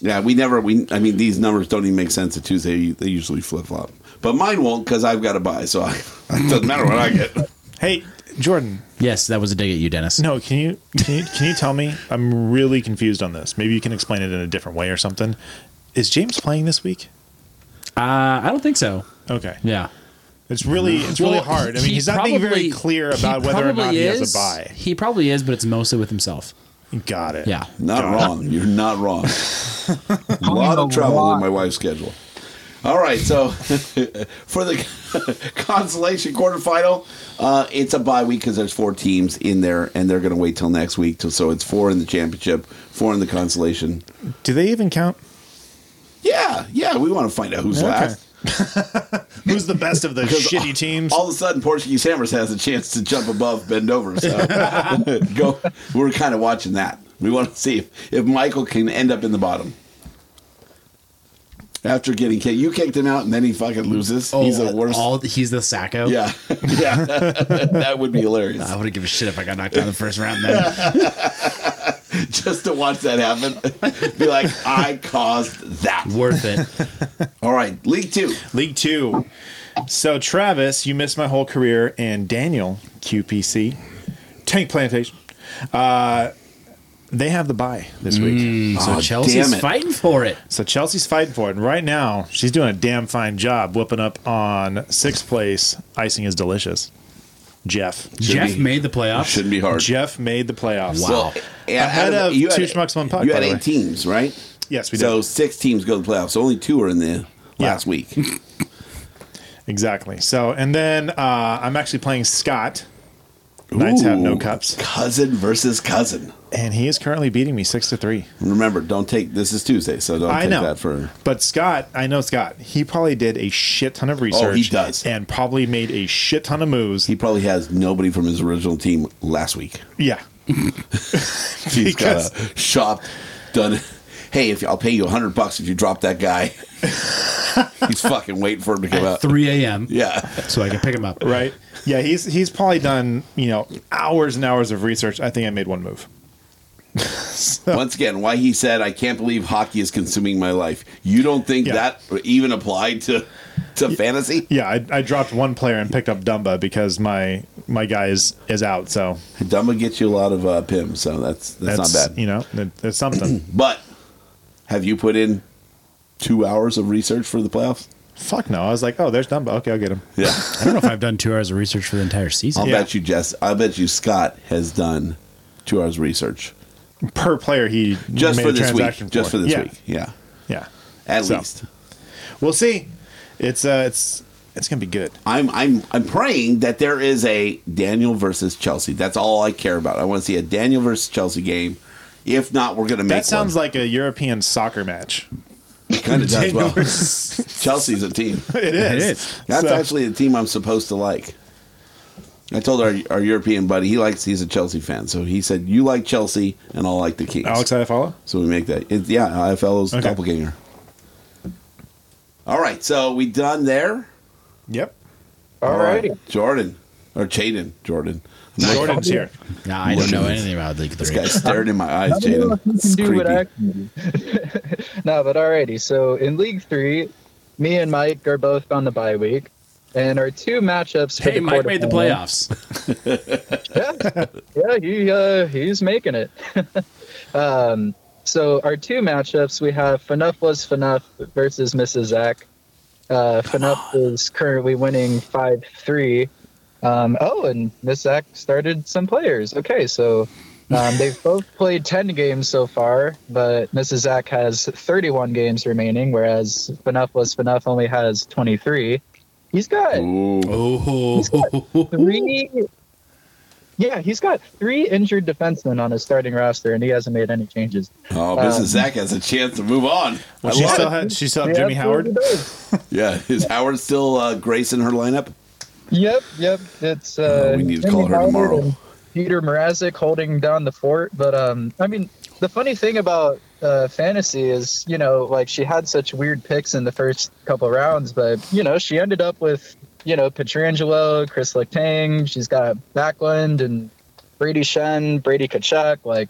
yeah, we never. We I mean, these numbers don't even make sense. At Tuesday, they usually flip flop. But mine won't because I've got to buy. So I, it doesn't matter what I get.
Hey, Jordan.
yes, that was a dig at you, Dennis.
No, can you can you can you tell me? I'm really confused on this. Maybe you can explain it in a different way or something. Is James playing this week?
uh, I don't think so.
Okay.
Yeah,
It's really it's really
Well,
hard. I mean,
he
he's not being very
probably-
clear
he
about whether or not
probably
he has
is.
a buy.
He probably is, but it's mostly with himself.
Got it.
Yeah.
Not
Got it.
wrong. You're not wrong. a lot of travel in my wife's schedule. All right, so for the consolation quarterfinal, uh, it's a bye week because there's four teams in there, and they're going to wait till next week. Till, so it's four in the championship, four in the consolation.
Do they even count?
Yeah, yeah, we want to find out who's
Okay.
last.
Who's the best of the
'Cause
shitty teams?
All of a sudden, Portuguese Hammers has a chance to jump above, bend over. So go. We're kind of watching that. We want to see if, if Michael can end up in the bottom. After getting kicked, you kicked him out, and then he fucking loses.
Oh,
he's
uh,
the worst.
Oh, All, he's the sacco.
yeah, yeah, that would be hilarious.
I wouldn't give a shit if I got knocked out in the first round. Then
Just to watch that happen, be like, I caused that.
worth it.
All right, League Two.
League Two. So Travis, you missed my whole career, and Daniel QPC, Tank Plantation. Uh, they have the buy this week.
So
Aw,
Chelsea's
Oh, damn it.
fighting for it.
So Chelsea's fighting for it, and right now she's doing a damn fine job whipping up on sixth place. Icing is delicious. Jeff.
Jeff Should be- made
the playoffs.
shouldn't be hard.
Jeff made the playoffs.
Well, yeah,
ahead
out
of,
you had-
two schmucks one puck.
You had
by the way.
eight teams, right?
Yes, we
So six teams go to the playoffs. Only two are in the last week.
Exactly. So, and then uh, I'm actually playing Scott. Knights have no
Ooh,
cups.
Cousin versus cousin.
And he is currently beating me six to three.
Remember, don't take this is Tuesday, so don't
I
take
know.
that for
But Scott, I know Scott. He probably did a shit ton of research.
Oh, he does.
and probably made a shit ton of moves.
He probably has nobody from his original team last week.
Yeah.
He's got
Because-
a shop done. Hey, if I'll pay you hundred bucks if you drop that guy. He's fucking waiting for him to come out.
3 a.m.
Yeah.
So I can pick him up.
Right. Yeah. He's he's probably done you know hours and hours of research. I think I made one move.
Once again, why he said, "I can't believe hockey is consuming my life." You don't think that even applied to to fantasy?
Yeah, I, I dropped one player and picked up Dumba because my my guy is is out. So
Dumba gets you a lot of uh, pims, so that's that's, not bad.
You know, that, that's something.
But have you put in two hours of research for the playoffs?
Fuck no. I was like, oh, there's Dumba. Okay, I'll get him.
Yeah,
I don't know if I've done two hours of research for the entire season.
I'll bet you, Jess. I bet you Scott has done two hours of research
Per player, he
just
made
for
a
this week.
transaction
Just for this
Yeah.
week, yeah,
Yeah.
at
So,
least.
We'll see. It's uh, it's it's gonna be good.
I'm I'm I'm praying that there is a Daniel versus Chelsea. That's all I care about. I want to see a Daniel versus Chelsea game. If not, we're gonna make
That sounds like a European soccer match.
kind of does
Daniel
well. Chelsea's a team.
It is. It is.
That's
So-
actually a team I'm supposed to like. I told our our European buddy he likes he's a Chelsea fan, so he said you like Chelsea and I'll like the Kings.
Alex Iafallo.
So we make that. It, yeah, IFL's
Okay.
doppelganger. All right, so we done there.
Yep.
All
Alrighty.
right, Jordan or Chaden, Jordan.
Jordan's here.
Nah, I don't
Look at
know
this.
anything about the
This guy stared in my eyes,
I don't know
Jaden.
if you can
It's
do what
creepy.
I can do. no, but alrighty. So in League Three, me and Mike are both on the bye week, and our two matchups. For
Hey,
the
Mike made the
quarterfinals-
playoffs.
yeah, he uh, he's making it. um, so our two matchups we have FNUF was FNUF versus Mrs. Zach. Uh, FNUF is currently winning five three. Um, oh, and Miss Zach started some players. Okay, so um, they've both played ten games so far, but Mrs. Zach has thirty one games remaining, whereas FNUF was FNUF only has twenty three. He's got
Oh,
three. Yeah, he's got three injured defensemen on his starting roster, and he hasn't made any changes.
Oh,
Um,
Mrs. Zach has a chance to move on.
Well,
I
she
love
still
it.
had she still
He
had Oh, Jimmy Howard.
absolutely does.
Yeah, is Howard still uh, Grace in her lineup?
Yep, yep. It's uh,
we need to
Jimmy
call her
Howard
tomorrow.
and Peter Mrazek holding down the fort, but um, I mean, the funny thing about uh, fantasy is, you know, like she had such weird picks in the first couple rounds, but you know, she ended up with, you know, Petrangelo, Chris Letang. She's got Backlund and Brady Shen, Brady Kachuk, like,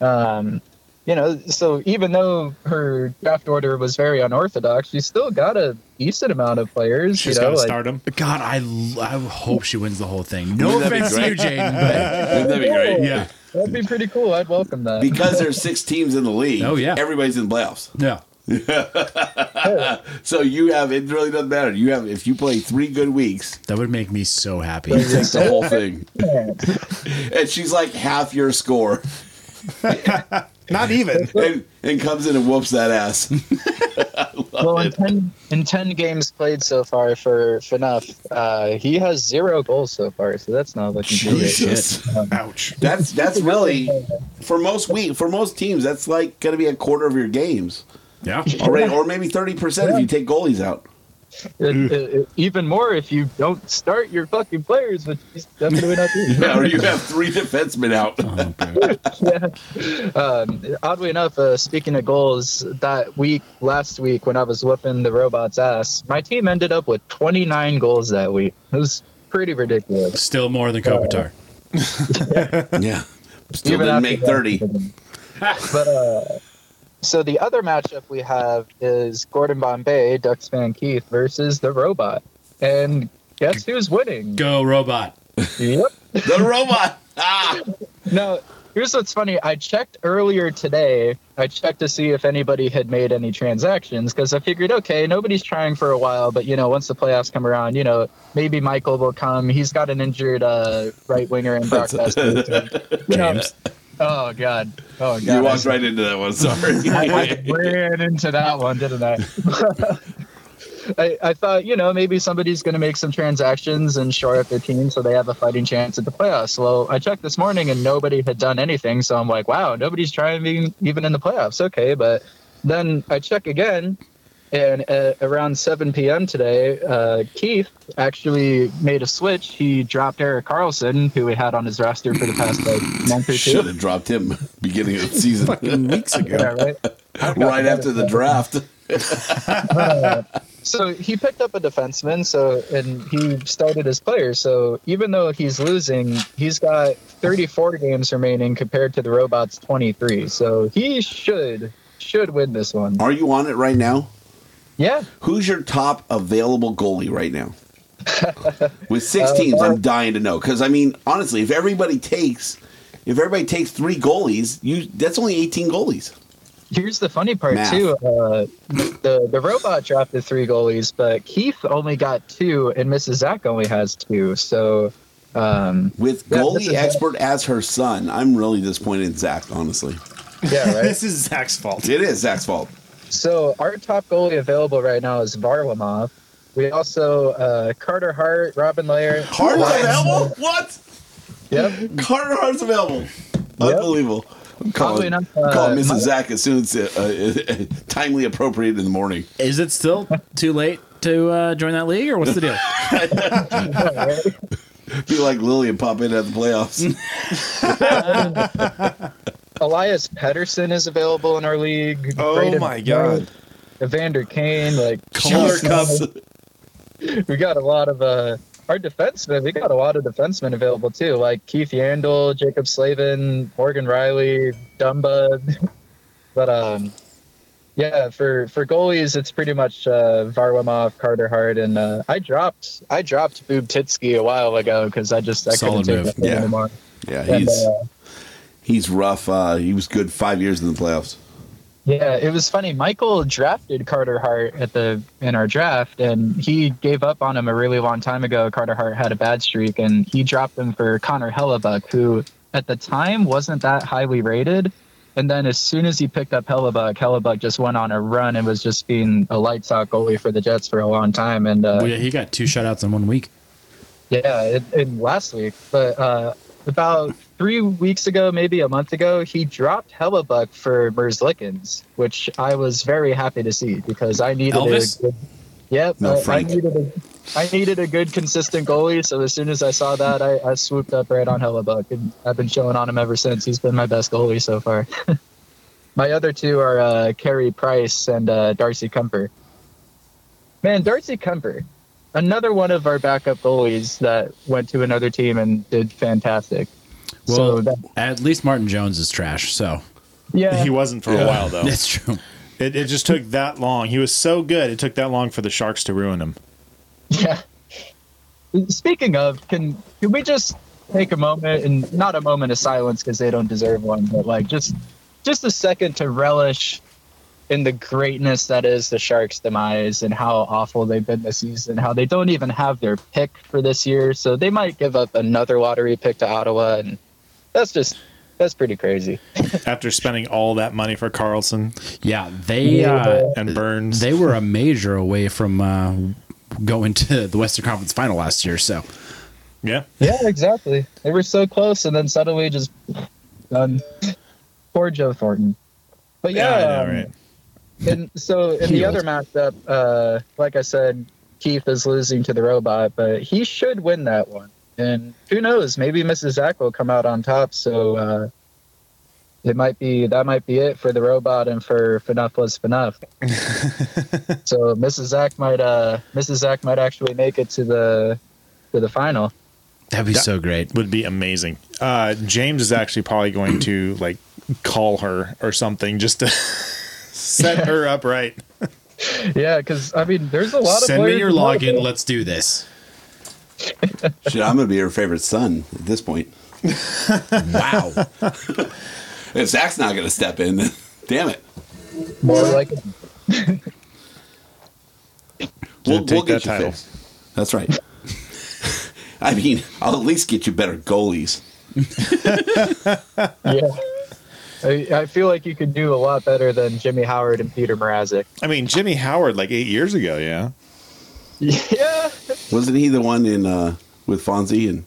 um. You know, so even though her draft order was very unorthodox, she still got a decent amount of players.
She's
you know,
got to
like-
start him.
God, I, l- I hope she wins the whole thing. No
Wouldn't that be
offense to you,
great?
Jaden, but
Wouldn't that be great?
yeah,
That'd be pretty cool. I'd welcome that.
Because there's six teams in the league.
Oh, yeah.
everybody's in the playoffs.
yeah.
So you have it really doesn't matter. You have if you play three good weeks,
That would make me so happy.
you take the whole thing. and she's like half your score,
Not even.
and, and comes in and whoops that ass.
well, in ten, in ten games played so far for FNUF, uh, he has zero goals so far, so that's not looking too great.
Jesus.
Ouch.
That's that's really for most week for most teams. That's like going to be a quarter of your games
Yeah.
already, or maybe thirty percent if you take goalies out.
It- it- it- even more if you don't start your fucking players, which he's definitely not doing.
Yeah, or you have three defensemen out.
um, oddly enough, uh, speaking of goals, that week last week when I was whooping the robot's ass, my team ended up with 29 goals that week. It was pretty ridiculous.
Still more than Kopitar.
yeah, still
Even
didn't
after
make
that.
thirty.
but uh, so the other matchup we have is Gordon Bombay, Ducks Van Keith versus the robot. And guess who's winning?
Go, robot.
Yep.
The robot. Ah,
No, here's what's funny. I checked earlier today. I checked to see if anybody had made any transactions because I figured, okay, nobody's trying for a while, but you know, once the playoffs come around, you know, maybe Michael will come. He's got an injured uh, right winger in Brock Lesnar. You know, Oh God! Oh God!
You walked right into that one.
I
Sorry.
ran into that one, didn't I? I, I thought, you know, maybe somebody's going to make some transactions and shore up their team so they have a fighting chance at the playoffs. Well, I checked this morning and nobody had done anything. So I'm like, wow, nobody's trying even, even in the playoffs. Okay. But then I check again. And uh, around 7 p.m. today, uh, Keith actually made a switch. He dropped Eric Carlson, who we had on his roster for the past like month or two.
Should have dropped him beginning of the season.
Fucking weeks ago. Yeah, right?
right after the draft.
so he picked up a defenseman so and he started his player so even though he's losing he's got 34 games remaining compared to the robots 23 so he should should win this one
Are you on it right now?
Yeah.
Who's your top available goalie right now? With six
Uh,
teams, I'm dying to know. Because I mean, honestly, if everybody takes, if everybody takes three goalies, you that's only 18 goalies.
here's the funny part
Math.
too uh, the the robot dropped the three goalies but keith only got two and mrs zach only has two so um
With
yeah,
goalie
Mrs. Zach-
expert as her son, I'm really disappointed in Zach. Honestly,
yeah right
this is Zach's fault.
It is Zach's fault.
So our top goalie available right now is Varlamov. We also uh, Carter Hart, Robin Lair.
Hart's available? What?
Yep.
Carter Hart's available. Unbelievable. I'm calling,
enough,
I'm calling
uh,
Mrs.
my-
Zach as soon as uh, uh, timely appropriate in the morning.
Is it still too late to uh, join that league, or what's the deal?
Be like Lily and pop in at the playoffs.
Elias Pettersson is available in our league.
Oh my God.
Evander Kane, like
Cooler Cup.
We got a lot of uh, our defensemen. We got a lot of defensemen available too, like Keith Yandel, Jacob Slavin, Morgan Riley, Dumba. but um, yeah, for for goalies, it's pretty much uh, Varlamov, Carter Hart, and uh, I dropped I dropped Boob Titsky a while ago because I just I
Solid
couldn't
move.
take it
Yeah.
anymore.
Yeah,
And,
he's
uh,
he's rough. Uh, he was good five years in the playoffs.
Yeah, it was funny. Michael drafted Carter Hart at the in our draft, and he gave up on him a really long time ago. Carter Hart had a bad streak, and he dropped him for Connor Hellebuck, who at the time wasn't that highly rated. And then as soon as he picked up Hellebuck, Hellebuck just went on a run and was just being a lights out goalie for the Jets for a long time. And uh,
Well, yeah, he got two shutouts in one week.
yeah, it, it, last week, but uh, about three weeks ago, maybe a month ago, he dropped Hellebuck for Merzlikens, which I was very happy to see because I needed
Elvis?
a good, yep,
No,
I- I,
Frank.
needed a, I needed a good consistent goalie. So as soon as I saw that, I, I swooped up right on Hellebuck, and I've been showing on him ever since. He's been my best goalie so far. my other two are uh, Carey Price and uh, Darcy Kemper. Man, Darcy Kemper, another one of our backup goalies that went to another team and did fantastic.
Well,
so that,
at least Martin Jones is trash. So
yeah,
He wasn't for
Yeah.
a while though.
That's true.
It, it just took that long. He was so good. It took that long for the Sharks to ruin him.
yeah. Speaking of, can can we just take a moment and not a moment of silence because they don't deserve one, but like just just a second to relish in the greatness that is the Sharks' demise and how awful they've been this season. How they don't even have their pick for this year, so they might give up another lottery pick to Ottawa, and that's just that's pretty crazy.
After spending all that money for Carlson.
Yeah, they uh,
and Burns.
They were a major away from uh, going to the Western Conference Final last year. So
yeah,
Yeah, exactly. They were so close, and then suddenly just done. Poor Joe Thornton. But yeah,
I know,
um,
right?
and so in the
Healed.
other matchup, uh, like I said, Keith is losing to the robot, but he should win that one. And who knows? Maybe Mrs. Zach will come out on top. So uh, it might be that might be it for the robot and for FNUF was FNUF. so Mrs. Zach might uh, Mrs. Zach might actually make it to the to the final.
That'd be so great.
Would be amazing. Uh, James is actually probably going to like call her or something just to set her up right.
Yeah, because I mean, there's a lot of
send me
players
your
in
login.
Liverpool.
Let's do this.
Shit, I'm gonna be her favorite son at this point. wow. if Zach's not going to step in, then damn it.
More like it.
We'll,
take
we'll get
that
you
title.
fixed. That's right. I mean, I'll at least get you better goalies.
yeah. I, I feel like you could do a lot better than Jimmy Howard and Peter Mrazek.
I mean, Jimmy Howard, like eight years ago, yeah.
Yeah.
Wasn't he the one in uh, with Fonzie and?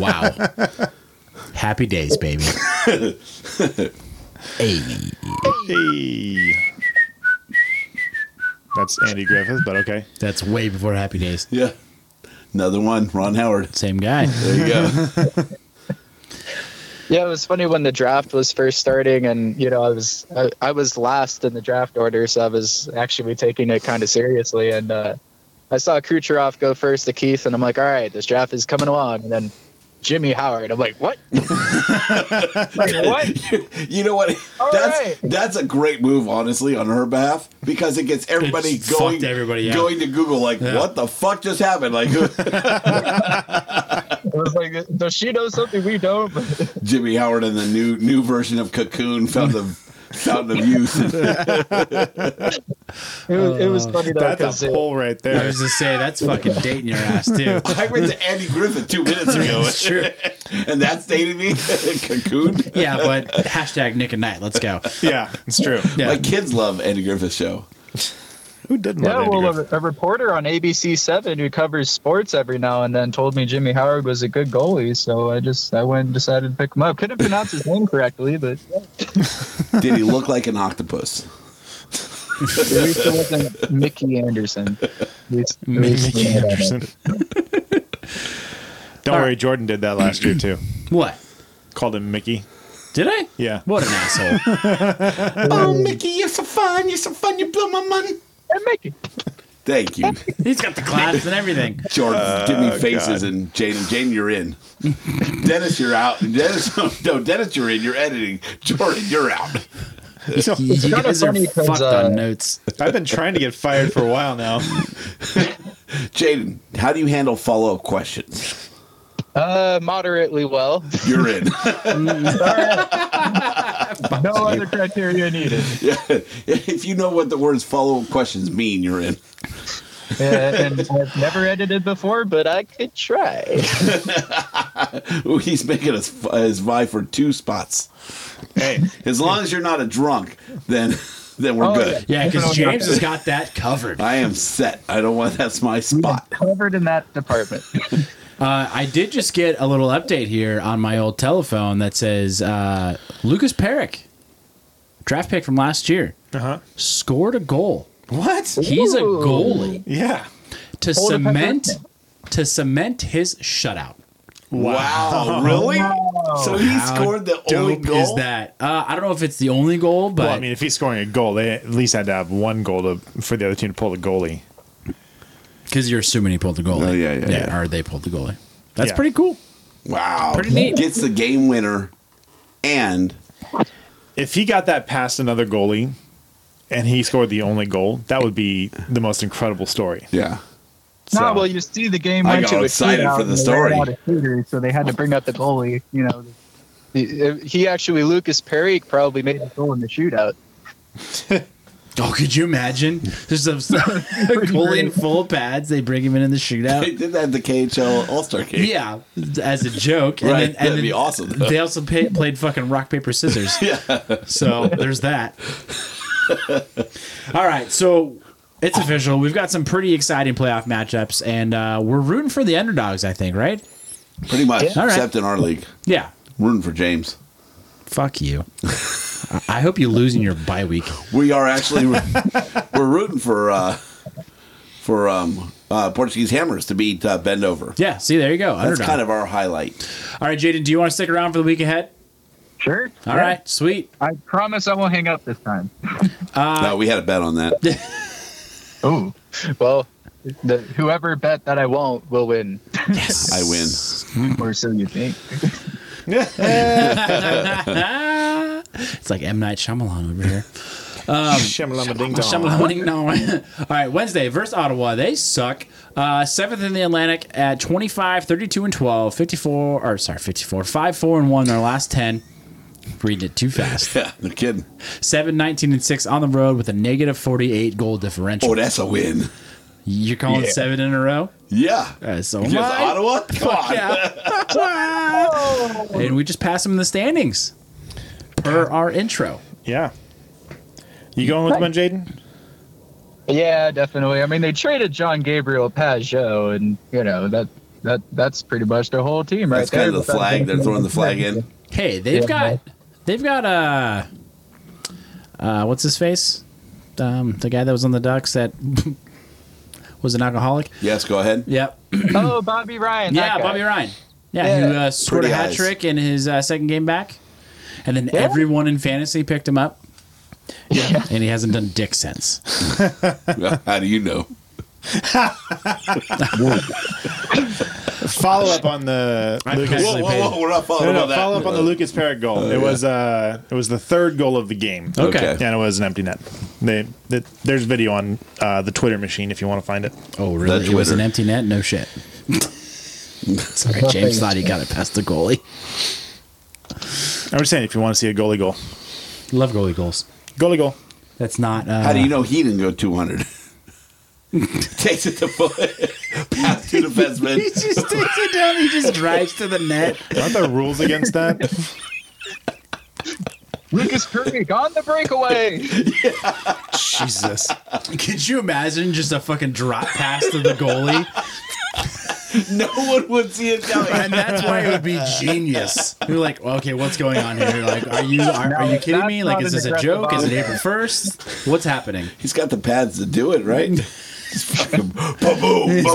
wow. Happy days, baby.
Hey. That's Andy Griffith, but okay.
That's way before Happy Days.
Yeah. Another one, Ron Howard.
Same guy.
There you go.
Yeah, it was funny when the draft was first starting, and you know, I was I, I was last in the draft order, so I was actually taking it kind of seriously. And uh, I saw Kucherov go first to Keith, and I'm like, all right, this draft is coming along. And then Jimmy Howard, I'm like, what? like, what?
you know what?
All
that's
right.
that's a great move, honestly, on her behalf because it gets everybody
It just
going
fucked everybody up.
going to Google like,
Yeah.
what the fuck just happened? Like,
It was like, does she know something we don't?
Jimmy Howard and the new new version of Cocoon found the fountain of youth.
It was, it was
Oh,
funny though.
Uh, That's
'cause
a
it-
poll right there.
I was just say that's fucking dating your ass too.
I went to Andy Griffith two minutes ago,
It's true.
and that's dating me. Cocoon.
Yeah, but hashtag Nick and Night. Let's go.
yeah, it's true.
Yeah.
My kids love Andy Griffith show.
Who didn't
Yeah,
love Andy
well,
Griffith?
a, a reporter on ABC Seven who covers sports every now and then told me Jimmy Howard was a good goalie, so I just I went and decided to pick him up. Couldn't pronounce his name correctly, but
Did he look like an octopus?
at least it wasn't Mickey Anderson. At least- at least-
Mickey Anderson. Don't worry, Jordan did that last year too.
What?
Called him Mickey.
Did I?
Yeah.
What an asshole.
Oh, Mickey, you're so fun. You're so fun. You blew my money.
Hey, Mickey.
Thank you,
He's got the claps and everything.
Jordan. give me faces and Jaden. Jaden, you're in. Dennis, you're out. Dennis, no, Dennis, you're in. You're editing. Jordan, you're out.
You you
kinda
guys are
funny 'cause,
fucked
uh,
on notes.
I've been trying to get fired for a while now.
Jaden, how do you handle follow up questions?
Uh, moderately well.
You're in.
No other criteria needed.
if you know what the words follow up questions mean, you're in.
Yeah, and I've never edited before, but I could try.
Ooh, he's making us his vie for two spots. Hey, as long as you're not a drunk, then then we're
Oh,
good.
Yeah, because James has got that covered. Uh,
I am set. I don't want that's my spot.
Covered in that department.
I did just get a little update here on my old telephone that says uh, Lucas Perrick, draft pick from last year,
Uh huh.
scored a goal.
What?
He's a
Ooh.
goalie
Yeah.
to
Hold it back
cement
up.
to cement his shutout.
Wow, really? So he scored the only
Dope
goal.
is that? Uh, I don't know if it's the only goal, but
Well, I mean, if he's scoring a goal, they at least had to have one goal to, for the other team to pull the goalie.
Because you're assuming he pulled the goalie.
Oh, yeah, yeah, yeah.
Or they pulled the goalie. That's
Yeah.
pretty cool.
Wow,
Pretty neat.
Gets the game winner, and
If he got that past another goalie, and he scored the only goal, that would be the most incredible story.
yeah,
No,
So-
well, you see, the game
I
went
got
to a
excited
shootout
for the
and they
story.
ran out of shooters, so they had to bring up the goalie. You know, he, he actually Lucas Perry probably made the goal in the shootout.
Oh, could you imagine? There's a, a goalie in full pads. They bring him in in the
they
shootout.
did that at the KHL All Star game.
Yeah, as a joke. And
Right,
then, and
that'd
then
be awesome.
They also pay, played fucking rock paper scissors. yeah. So there's that. All right, so it's official. We've got some pretty exciting playoff matchups, and uh, we're rooting for the underdogs. I think, right?
pretty much,
All right.
except in our league,
Yeah.
rooting for James.
Fuck you. I- I hope you lose in your bye week.
We are actually we're rooting for uh, for um, uh, Portuguese Hammers to beat uh, Bendover.
Yeah, see, there you go.
That's
underdog.
kind of our highlight.
All right, Jaden, do you want to stick around for the week ahead?
Sure.
All right, sweet.
I promise I won't hang up this time.
Uh,
no, we had a bet on that.
Oh, well, the, whoever bet that I won't will win,
I win.
or so you think.
It's like M Night Shyamalan over here. Um,
Shamalama ding dong.
Shamalama ding dong. All right, Wednesday versus Ottawa. They suck. Uh, seventh in the Atlantic at 25, 32, and 12, 54, or sorry, 54, 5, 4, and 1, their last 10. Reading it too fast.
Yeah, no kidding.
7, 19, and 6 on the road with a negative 48 goal differential.
Oh, that's a win.
You're calling
Yeah.
seven in a row? Uh,
Yeah.
so
Against
am I.
Ottawa? Come
Fuck
on.
yeah. and we just passed them in the standings per our intro.
Yeah. You going with one, Jaden?
Yeah, definitely. I mean, they traded John Gabriel Pajot, and you know that that that's pretty much their whole team right
That's
there.
kind of the flag. They're throwing the flag in.
Hey, they've
Yeah.
got they've got uh uh what's his face? Um the guy that was on the Ducks that was an alcoholic.
Yes, go ahead.
Yep.
oh, Bobby Ryan. that
yeah,
guy.
Bobby Ryan. Yeah, who uh, scored
Pretty
a hat
eyes.
trick in his uh, second game back. And then everyone in fantasy picked him up. Yeah. and he hasn't done dick since.
How do you know?
Follow up on the
I
Lucas.
personally Whoa, whoa,
whoa, we're not following
No, no,
up on that.
Follow up on the Lucas Parrott goal.
Oh,
it
yeah.
was uh, it was the third goal of the game.
Okay. Okay.
and it was an empty net. They, th- there's video on uh, the Twitter machine if you want to find it.
Oh, really?
The
It was an
Twitter.
empty net? No shit. Sorry, James thought he got it past the goalie.
I'm just saying if you want to see a goalie goal,
Love goalie goals.
goalie goal.
That's not. Uh,
How do you know he didn't go 200? Takes it to foot. Pass to the
He
defenseman.
just takes it down. He just drives to the net.
Aren't there rules against that?
Lucas Krieg on the breakaway.
Jesus.
Could you imagine just a fucking drop pass to the goalie?
No one would see it coming.
And that's why it would be genius. You're like, okay, what's going on here? You're like, are you are, are you kidding me? Like, is this a joke? Is it April first? What's happening?
He's got the pads to do it, right? He's fucking boom.
It's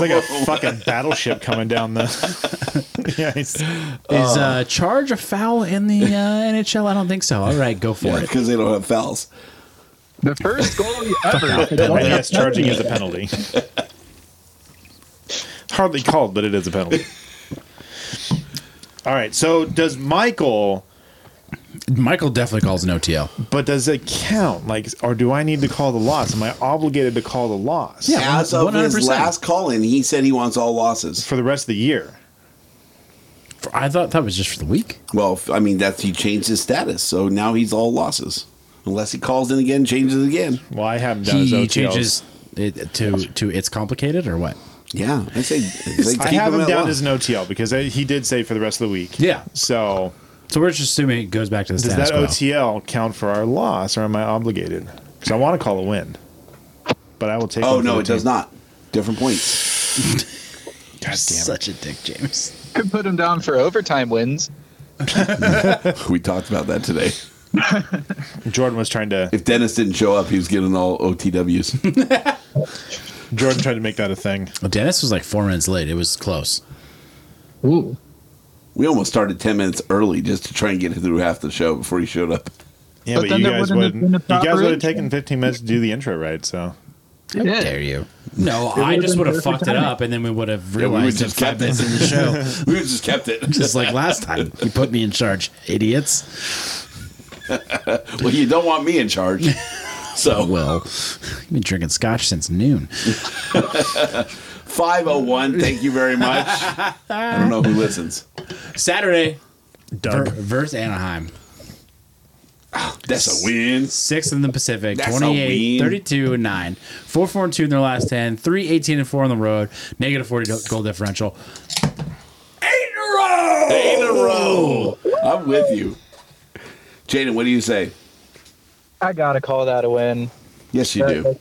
like a fucking battleship coming down the. yeah, he's-
Is uh, charge a foul in the uh, NHL? I don't think so. All right, go for it.
Because they don't have fouls.
The first goalie ever.
Oh,
I guess charging is a penalty. Hardly called, but it is a penalty. All right. So does Michael?
Michael definitely calls an OTL.
But does it count? Like, or do I need to call the loss? Am I obligated to call the loss?
Yeah.
As of his
100%.
last call in, he said he wants all losses.
For the rest of the year.
I thought that was just for the week.
Well, f- I mean, that's he changed his status, so now he's all losses. Unless he calls in again, changes again.
Well, I haven't done his
He
OTLs.
changes it to to it's complicated or what?
Yeah, I say. I say
I
keep
have him
at
down
loss.
as an OTL because I, he did say for the rest of the week.
Yeah.
So
So we're just assuming it goes back to the
does
status
that
quo.
OTL count for our loss, or am I obligated? Because I want to call a win, but I will take.
Oh
one for
no,
the
it does
team.
not. Different points.
God damn it.
Such a dick, James.
Could put him down for overtime wins.
We talked about that today.
Jordan was trying to
If Dennis didn't show up, he was getting all OTWs.
Jordan tried to make that a thing.
Well, Dennis was like four minutes late. It was close.
Ooh.
we almost started ten minutes early just to try and get through half the show before he showed up.
Yeah,
But
but,
then
you
there
guys
wouldn't have
wouldn't.
been a
You guys
proper
would have
intro.
taken 15 minutes to do the intro, right? So
It
Dare
did.
you? No, I
would've
just
been
would have
perfect
fucked it
timing.
up, and then we would have
Yeah, we would've
realized
just
it five
kept
minutes in the show,
We would've just kept it.
just like last time. You put me in charge, idiots.
well, you don't want me in charge. So
Well, you've been drinking scotch since noon.
five oh one. Thank you very much. I don't know who listens.
Saturday, ver-
Doug,
versus Anaheim.
That's a win.
Sixth in the Pacific,
That's a
28,
win.
32, and 9. 4 4 and 2 in their last 10, 3 18 and 4 on the road, negative 40 goal differential.
Eight in a row. I'm with you, Jaden. What do you say?
I gotta call that a win.
Yes, you do,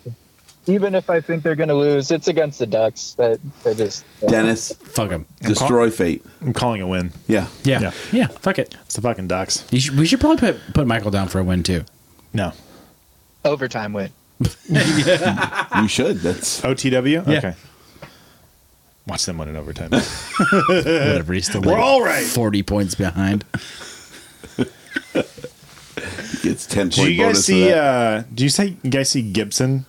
Even if I think they're gonna lose, it's against the Ducks. That they just uh,
Dennis.
Fuck them.
Destroy fate.
I'm calling a win.
Yeah.
Yeah. yeah.
Yeah.
fuck it.
It's the fucking Ducks.
You should, we should probably put, put Michael down for a win, too.
No
overtime win.
You should. That's
OTW.
Yeah.
Okay. Watch them win in overtime.
Whatever. He's still like
all right.
40 points behind.
it's ten point
do you
bonus.
guys
for
see?
that.
Uh, do you say you guys see Gibson?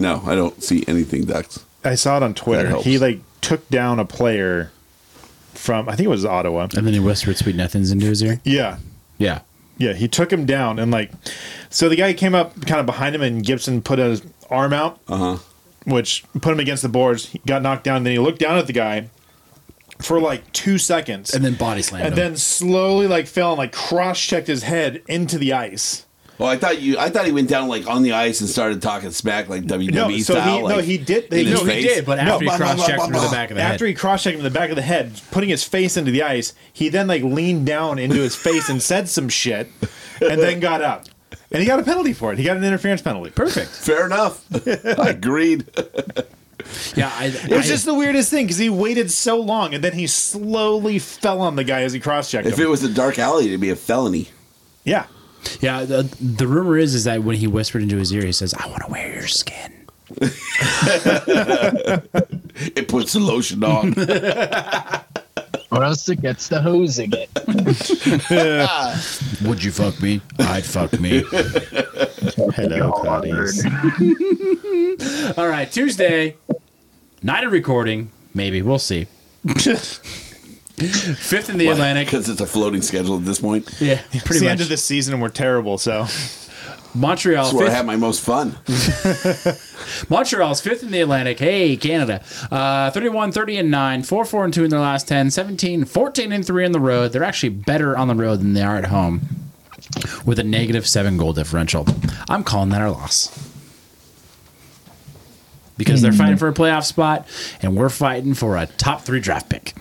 no, I don't see anything ducks.
I saw it on Twitter.
helps.
He like took down a player from I think it was Ottawa.
And then he whispered sweet nothings into his ear.
Yeah,
Yeah.
Yeah, he took him down and like, so the guy came up kind of behind him and Gibson put his arm out, uh-huh. which put him against the boards. He got knocked down. Then he looked down at the guy for like two seconds
and then body slammed
and
him.
then slowly like fell and like cross checked his head into the ice.
Well, I thought you. I thought he went down like on the ice and started talking smack like WWE
No, so
style.
he,
like,
no, he did.
in his face.
No,
blah, blah, blah, blah, blah.
after he cross checked him in the back of the head, putting his face into the ice, he then like leaned down into his face and said some shit, and then got up, and he got a penalty for it. He got an interference penalty. Perfect.
Fair enough. I agreed.
yeah, I,
It was just the weirdest thing because he waited so long and then he slowly fell on the guy as he cross checked him.
If it was a dark alley, it'd be a felony.
yeah,
yeah. The, the rumor is is that when he whispered into his ear, he says, "I want to wear your skin."
It puts the lotion on.
or else it gets the hose again.
Would you fuck me? I'd fuck me.
Hello,
Claudius. All right, Tuesday, night of recording. Maybe we'll see. Fifth in the Atlantic.
because it's a floating schedule at this point.
Yeah,
it's
pretty
the
much.
end of this season and we're terrible. So
Montreal.
That's where I
fifth-
had my most fun.
Montreal's fifth in the Atlantic. Hey, Canada. Uh, 31 30 and 9, 4 4 and 2 in their last 10, 17 14 and 3 on the road. They're actually better on the road than they are at home with a negative seven goal differential. I'm calling that our loss because they're fighting for a playoff spot and we're fighting for a top three draft pick.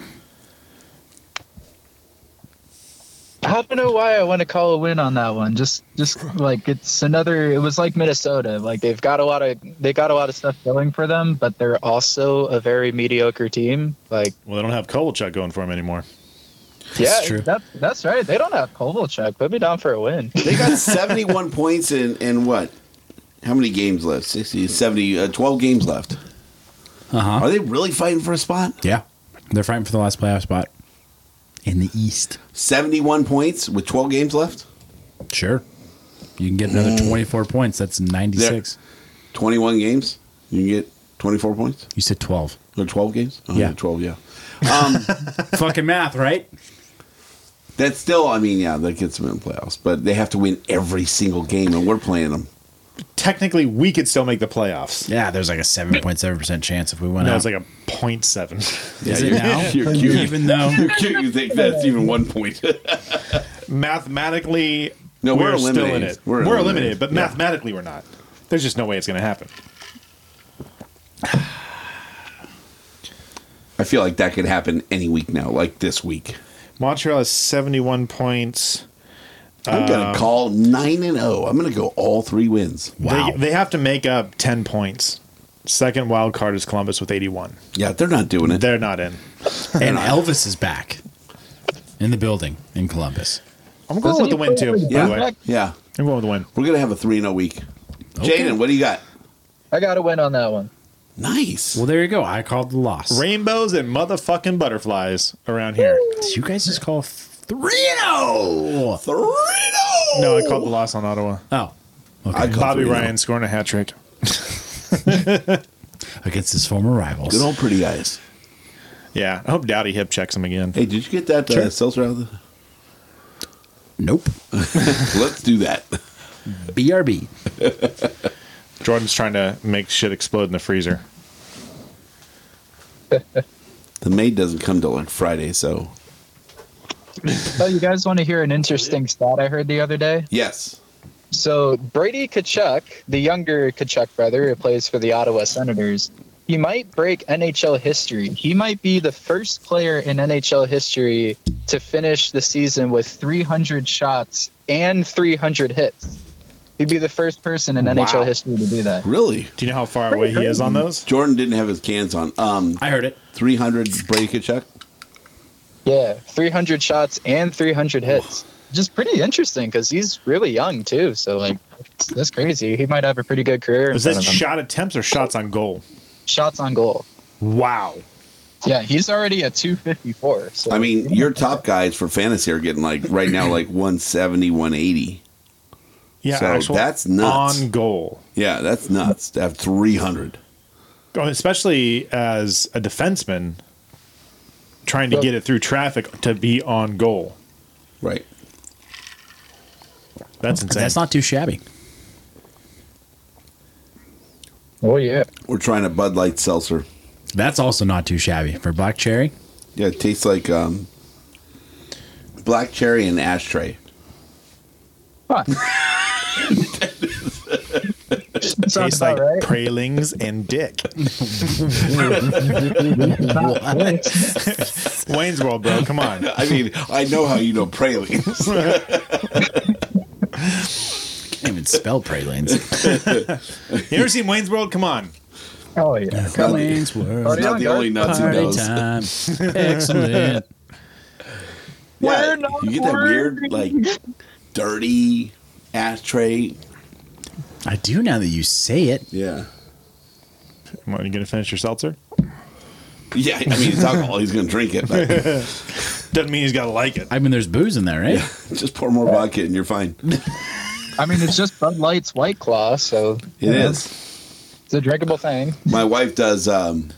I don't know why I want to call a win on that one. Just, just like it's another. It was like Minnesota. Like they've got a lot of they got a lot of stuff going for them, but they're also a very mediocre team. Like
well, they don't have Kovalchuk going for him anymore.
yeah, That, that's right. They don't have Kovalchuk. Put me down for a win.
They got 71 points in, in what? How many games left? 60, 70, uh, 12 games left.
Uh huh.
Are they really fighting for a spot?
Yeah. They're fighting for the last playoff spot in the East.
71 points with 12 games left?
Sure. You can get another 24 points. That's 96.
21 games? You can get 24 points?
You said 12.
Or 12 games? Oh,
Yeah.
12, yeah. Um,
Fucking math, right?
that's still, I mean, yeah, that gets them in playoffs, but they have to win every single game, and we're playing them.
Technically, we could still make the playoffs.
Yeah, there's like a 7.7% chance if we went
That
out.
was like a point seven.
Yeah,
Is it
you're-
now?
You're cute.
Even though
You're cute. You think that's even one point.
mathematically,
No, we're
we're, still in
eliminated.
it.
We're
We're,
eliminated.
eliminated, but mathematically, we're not. There's just no way it's going to happen.
I feel like that could happen any week now, like this week.
Montreal has 71 points.
I'm gonna
Um,
call nine and zero. I'm gonna go all three wins.
They, they have to make up 10 points. Second wild card is Columbus with 81.
Yeah, they're not doing it.
They're not in.
and Elvis is back in the building in Columbus.
I'm going with the win, too. By
Yeah,
the way.
yeah.
I'm going with the win.
We're gonna have a three and zero week. Jaden, what do you got?
I got a win on that one.
Nice.
Well, there you go. I called the loss.
Rainbows and motherfucking butterflies around here.
Did you guys just call three and oh.
Three and zero.
No, I called the loss on Ottawa.
Oh,
I called
Bobby
three and oh.
Ryan scoring a hat trick.
against his former rivals.
Good old pretty eyes.
Yeah, I hope Dowdy hip checks him again.
Hey, did you get that uh,
Sure.
seltzer out of the?
Nope.
Let's do that.
BRB.
Jordan's trying to make shit explode in the freezer.
The maid doesn't come till like Friday, so
Oh, you guys want to hear an interesting stat I heard the other day?
yes.
So Brady Kachuk, the younger Kachuk brother who plays for the Ottawa Senators, he might break NHL history. He might be the first player in NHL history to finish the season with 300 shots and 300 hits. He'd be the first person in
Wow.
NHL history to do that.
Really,
Do you know how far away he is on those?
Jordan didn't have his cans on. Um,
I heard it.
three hundred break a check.
Yeah, 300 shots and 300 hits. Just pretty interesting because he's really young too. So like, that's- that's crazy. He might have a pretty good career. in
Is
front
that
of him.
shot attempts or shots on goal?
shots on goal?
Wow.
Yeah, he's already at 254. So
I mean, your top guys for fantasy are getting like right now like 170, 180.
Yeah,
So
actual
that's nuts.
on goal.
Yeah, that's nuts to have 300.
Oh, especially as a defenseman trying to get it through traffic to be on goal.
Right.
That's insane.
That's not too shabby.
Oh yeah.
We're trying a Bud Light seltzer.
That's also not too shabby for black cherry.
Yeah, it tastes like um, black cherry and ashtray.
Tastes like pralings and dick. Wayne's World, bro. Come on.
I mean, I know how you know pralines.
Can't even spell pralines.
you ever seen Wayne's World? Come on.
Oh yeah.
Colleen's World.
It's not the only nuts he
Party
knows.
time. Excellent.
Yeah, you get that weird, like, dirty ashtray.
I do now that you say it.
Yeah.
Come on, you gonna finish your seltzer?
Yeah, I mean, it's alcohol. He's going to drink it. But
Doesn't mean he's gotta like it.
I mean, there's booze in there, right?
just pour more vodka and you're fine.
I mean, it's just Bud Light's White Claw, so
It is.
it's a drinkable thing.
My wife does um,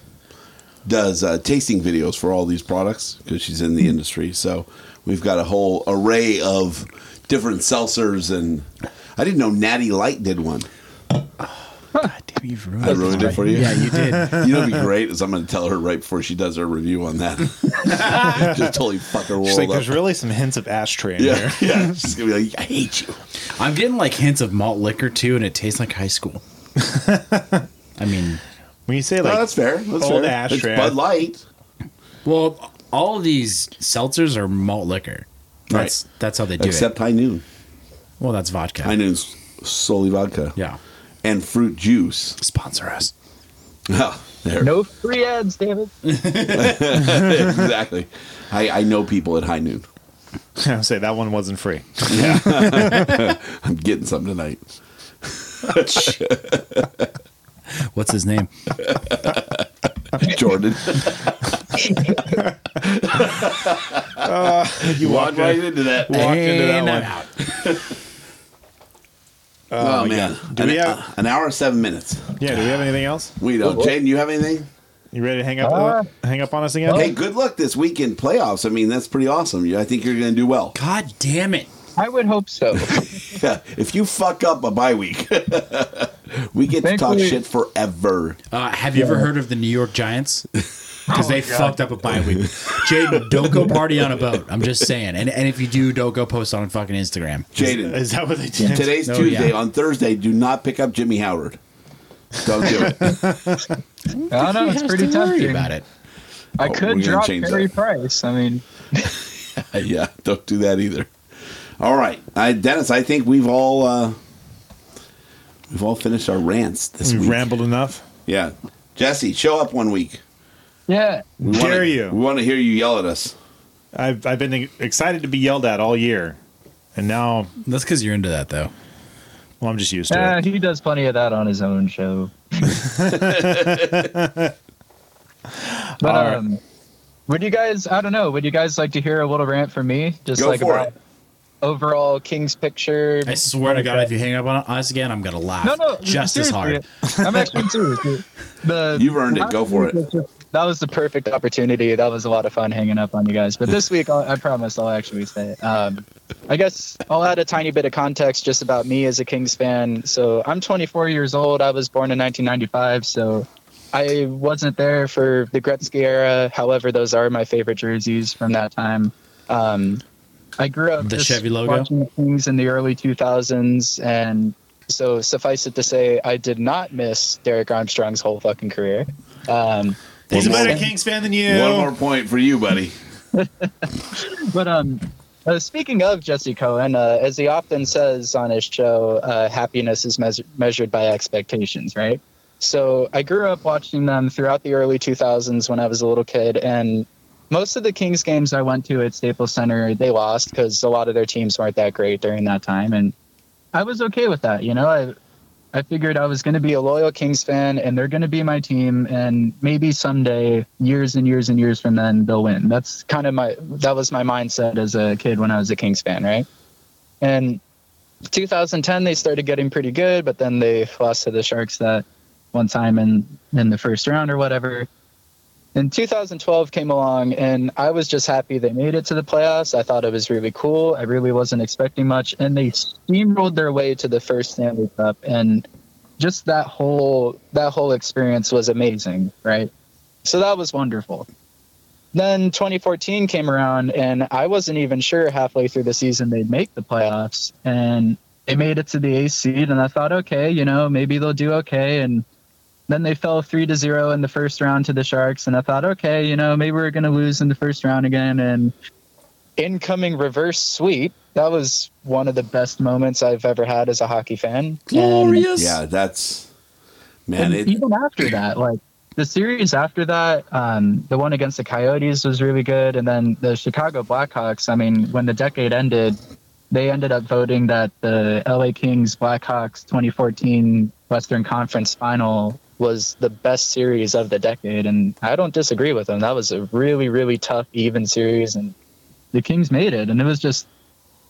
does uh, tasting videos for all these products because she's in the industry. So we've got a whole array of different seltzers, and I didn't know Natty Light did one.
Damn, Ah, you've ruined
I ruined it for you.
Yeah, you did.
You know, what'd be great is I'm going to tell her right before she does her review on that. just totally fuck her world
She's like,
up.
there's really some hints of ashtray in
yeah,
there.
yeah. She's gonna be like, I hate you.
I'm getting like hints of malt liquor too, and it tastes like high school. I mean,
When you say
No,
like
that's fair. That's
old
fair.
ashtray.
It's Bud Light.
well, all of these seltzers are malt liquor. That's that's how they do
Except High Noon.
it. Well, that's vodka.
High Noon's solely vodka.
Yeah,
And fruit juice.
sponsor us.
Oh, there.
No free ads, David.
exactly. I, I know people at High Noon.
say that one wasn't free.
I'm getting some tonight.
What's his name?
Jordan. Walked
You walked
right
in.
into that.
Walked into that
And I'm
one.
out.
Oh, man.
Do
an,
we have-
an hour and seven minutes.
Yeah. Do we have anything else?
We don't. Jaden, you have anything?
You ready to hang up?
Uh,
hang up on us again?
Hey, good luck this weekend playoffs. I mean, that's pretty awesome. You- I think you're going to do well.
God damn it!
I would hope so.
Yeah, if you fuck up a bye week, we get to talk
Thankfully-
shit forever.
Uh, have you ever heard of the New York Giants? Because
Oh
they fucked up a bye week. Jaden, don't go party on a boat. I'm just saying. And and if you do, don't go post on fucking Instagram.
Jaden,
Is that what they did?
today's
Oh,
Tuesday.
yeah.
On Thursday, do not pick up Jimmy Howard. Don't do it.
I don't know. Oh, It's pretty tempting.
about it.
I
Oh,
could
we're gonna
drop
change
Harry
that.
Price. I mean,
yeah, don't do that either. All right, I, Dennis. I think we've all uh, we've all finished our rants this
We've
week.
rambled enough.
yeah, Jesse, show up one week.
yeah.
We wanna-
Dare you.
We want to hear you yell at us.
I've I've been excited to be yelled at all year, and now
That's because you're into that though.
well, I'm just used to
Yeah,
it.
Uh, he does plenty of that on his own show. but
All right.
um, would you guys? I don't know. Would you guys like to hear a little rant from me? Just
Go
like
for
about
it.
overall King's picture.
I swear to God, if you hang up on us again, I'm gonna laugh.
no, no,
just as hard.
seriously. I'm actually serious. dude. The,
You've earned it. Go for it.
That was the perfect opportunity. That was a lot of fun hanging up on you guys. But this week, I'll, I promise I'll actually say it. Um, I guess I'll add a tiny bit of context just about me as a Kings fan. So I'm 24 years old. I was born in 1995. So I wasn't there for the Gretzky era. However, those are my favorite jerseys from that time. Um, I grew up
The
just
Chevy logo?
watching the Kings in the early 2000s, and so suffice it to say, I did not miss Derek Armstrong's whole fucking career. Um,
He's a
One
better
more-
Kings fan than you.
One more point for you, buddy.
but um, uh, speaking of Jesse Cohen, uh, as he often says on his show, uh, happiness is mes- measured by expectations, right? So I grew up watching them throughout the early 2000s when I was a little kid, and most of the Kings games I went to at Staples Center, they lost because a lot of their teams weren't that great during that time, and I was okay with that. You know, I I figured I was going to be a loyal Kings fan, and they're going to be my team, and maybe someday, years and years and years from then, they'll win. That's kind of my that was my mindset as a kid when I was a Kings fan, right? And 2010, they started getting pretty good, but then they lost to the Sharks that one time in in the first round or whatever. And 2012 came along, and I was just happy they made it to the playoffs. I thought it was really cool. I really wasn't expecting much, and they steamrolled their way to the first Stanley Cup, and just that whole that whole experience was amazing, right? So that was wonderful. Then 2014 came around, and I wasn't even sure halfway through the season they'd make the playoffs, and they made it to the eighth seed, and I thought, okay, you know, maybe they'll do okay, and then they fell three to zero in the first round to the Sharks, and I thought, okay, you know, maybe we're gonna lose in the first round again. And incoming reverse sweep. That was one of the best moments I've ever had as a hockey fan. And
Yeah, that's man.
and
It,
even after that, like the series after that, um, the one against the Coyotes was really good, and then the Chicago Blackhawks. I mean, when the decade ended, they ended up voting that the LA Kings Blackhawks 2014 Western Conference Final was the best series of the decade, and I don't disagree with them. That was a really, really tough, even series, and the Kings made it, and it was just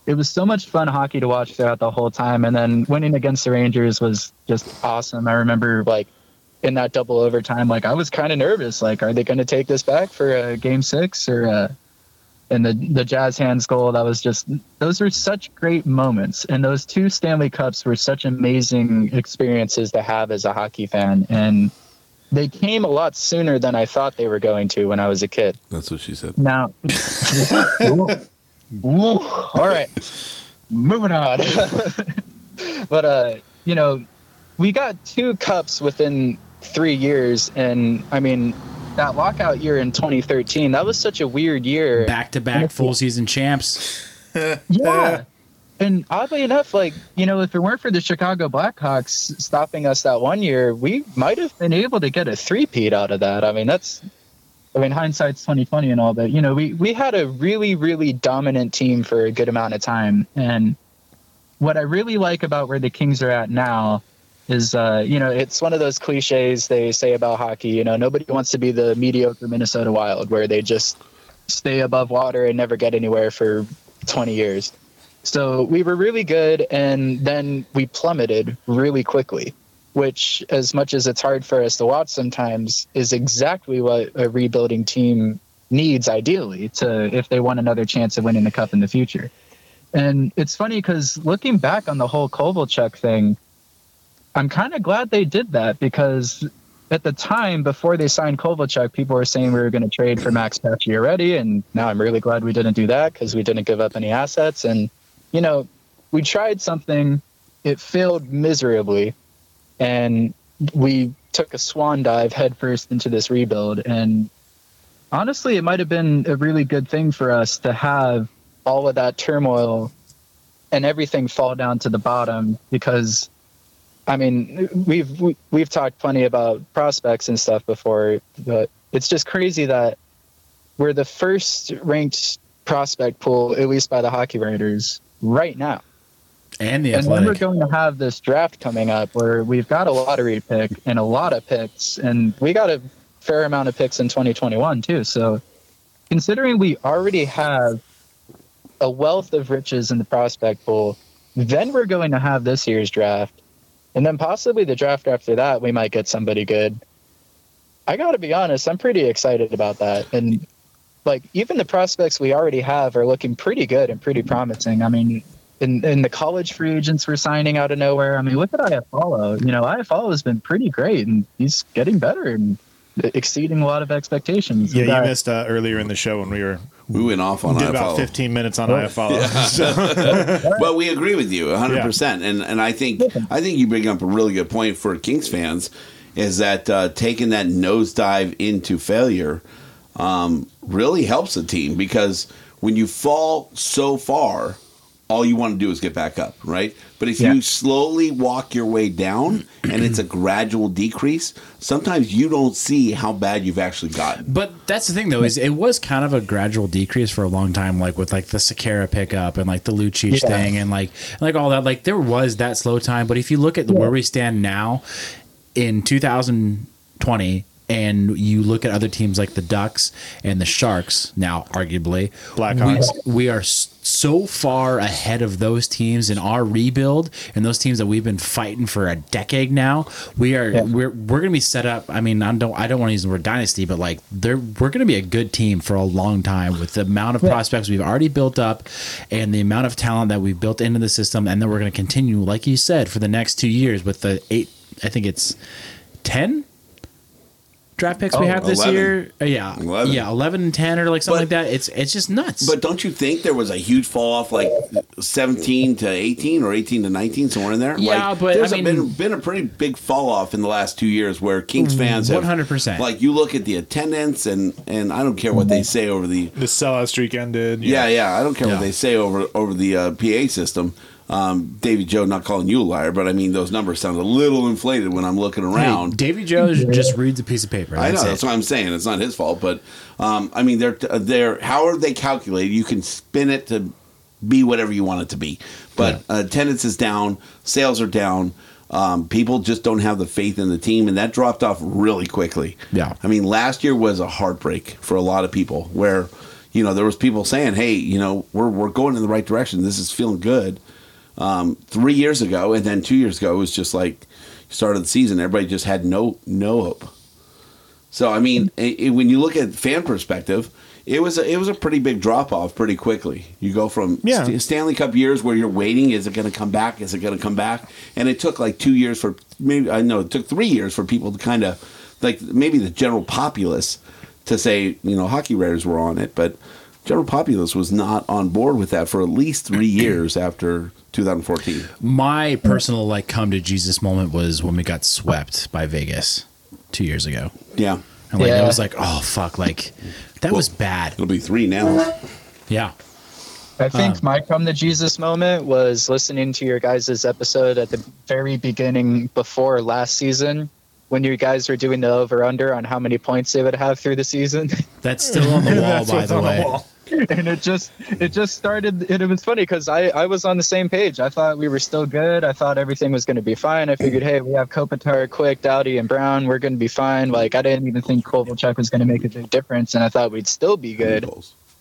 it was so much fun hockey to watch throughout the whole time. And then winning against the Rangers was just awesome. I remember like in that double overtime, like I was kind of nervous. Like, are they going to take this back for uh, game six or, uh, and the, the jazz hands goal, that was just, those were such great moments. And those two Stanley cups were such amazing experiences to have as a hockey fan. And they came a lot sooner than I thought they were going to when I was a kid.
that's what she said.
Now, Woo. all right, moving on. but uh, you know, we got two cups within three years, and I mean, that lockout year in 2013, that was such a weird year.
Back to back full season champs.
yeah. Uh, And oddly enough, like, you know, if it weren't for the Chicago Blackhawks stopping us that one year, we might have been able to get a three-peat out of that. I mean, that's I mean, hindsight's twenty twenty and all, but you know, we we had a really, really dominant team for a good amount of time. And what I really like about where the Kings are at now is, uh, you know, it's one of those cliches they say about hockey. You know, nobody wants to be the mediocre Minnesota Wild, where they just stay above water and never get anywhere for twenty years. So we were really good, and then we plummeted really quickly which, as much as it's hard for us to watch sometimes, is exactly what a rebuilding team needs ideally to if they want another chance of winning the cup in the future. And it's funny because looking back on the whole Kovalchuk thing, I'm kind of glad they did that because at the time before they signed Kovalchuk, people were saying we were going to trade for Max Pacioretty, and now I'm really glad we didn't do that because we didn't give up any assets. And you know, we tried something, it failed miserably, and we took a swan dive headfirst into this rebuild. And honestly, it might have been a really good thing for us to have all of that turmoil and everything fall down to the bottom because I mean, we've we, we've talked plenty about prospects and stuff before, but it's just crazy that we're the first ranked prospect pool, at least by the hockey writers, right now.
And the
And then we're
athletic.
going to have this draft coming up where we've got a lottery pick and a lot of picks, and we got a fair amount of picks in 2021 too. So, considering we already have a wealth of riches in the prospect pool, then we're going to have this year's draft, and then possibly the draft after that, we might get somebody good. I got to be honest, I'm pretty excited about that, and like even the prospects we already have are looking pretty good and pretty promising. I mean, in in the college free agents we're signing out of nowhere. I mean, look at IFALO. You know, IFALO has been pretty great, and he's getting better and exceeding a lot of expectations.
Yeah,
And that-
you missed uh, earlier in the show when we were
we went off on
did
IFALO.
about 15 minutes on IFALO.
but we agree with you 100% and and I think I think you bring up a really good point for Kings fans is that uh, taking that nosedive into failure um, really helps a team because when you fall so far all you want to do is get back up right but if you slowly walk your way down and it's a gradual decrease sometimes you don't see how bad you've actually gotten
But that's the thing, though, is it was kind of a gradual decrease for a long time, like with like the Sakara pickup and like the Lucic
Yeah.
thing and like like all that. Like there was that slow time, but if you look at where we stand now in 2020 and you look at other teams like the Ducks and the Sharks now, arguably
Blackhawks.
we, we are s- so far ahead of those teams in our rebuild and those teams that we've been fighting for a decade now. We are we're we're gonna be set up. I mean, I don't I don't want to use the word dynasty, but like they're we're gonna be a good team for a long time with the amount of prospects we've already built up and the amount of talent that we've built into the system, and then we're gonna continue, like you said, for the next two years with the eight. I think it's ten draft picks we
Oh,
have this
11.
year. Uh, yeah,
11.
yeah, eleven and ten or like something like that. It's it's just nuts.
But don't you think there was a huge fall off, like seventeen to eighteen or eighteen to nineteen, somewhere in there?
Yeah,
like,
but,
there's
I
a-
mean-
been been a pretty big fall off in the last two years where
Mm,
Kings fans have
100%.
Like you look at the attendance, and and I don't care what they say over the
The sellout streak ended.
yeah, yeah. I don't care
Yeah.
what they say over over the uh, PA system. Um, Davy Joe, not calling you a liar, but I mean those numbers sound a little inflated when I'm looking around.
Hey, Davy Jones just reads a piece of paper.
I know
That's it.
that's what I'm saying. It's not his fault, but um, I mean, they're they're how are they calculated? You can spin it to be whatever you want it to be, but uh, attendance is down, sales are down. Um, people just don't have the faith in the team, and that dropped off really quickly.
Yeah.
I mean, last year was a heartbreak for a lot of people, where you know there was people saying, "Hey, you know, we're we're going in the right direction. This is feeling good." um, three years ago, and then two years ago, it was just like start of the season. Everybody just had no no hope. So I mean, i i- when you look at fan perspective, it was a, it was a pretty big drop off pretty quickly. You go from
Yeah.
St- Stanley Cup years where you're waiting, is it going to come back? Is it going to come back? And it took like two years for maybe I know it took three years for people to kind of like maybe the general populace to say you know hockey writers were on it, but general populace was not on board with that for at least three years after 2014.
My personal like come to Jesus moment was when we got swept by Vegas two years ago.
Yeah,
And like
Yeah.
I was like, oh fuck, like that was bad.
It'll be three now.
Yeah.
I think
Um,
my come to Jesus moment was listening to your guys' episode at the very beginning before last season when you guys were doing the over under on how many points they would have through the season.
That's still on the wall, by the way.
and it just it just started and it was funny because I, I was on the same page i thought we were still good i thought everything was going to be fine i figured hey we have kopitar quick dowdy and brown we're going to be fine like i didn't even think kovalchuk was going to make a big difference and i thought we'd still be good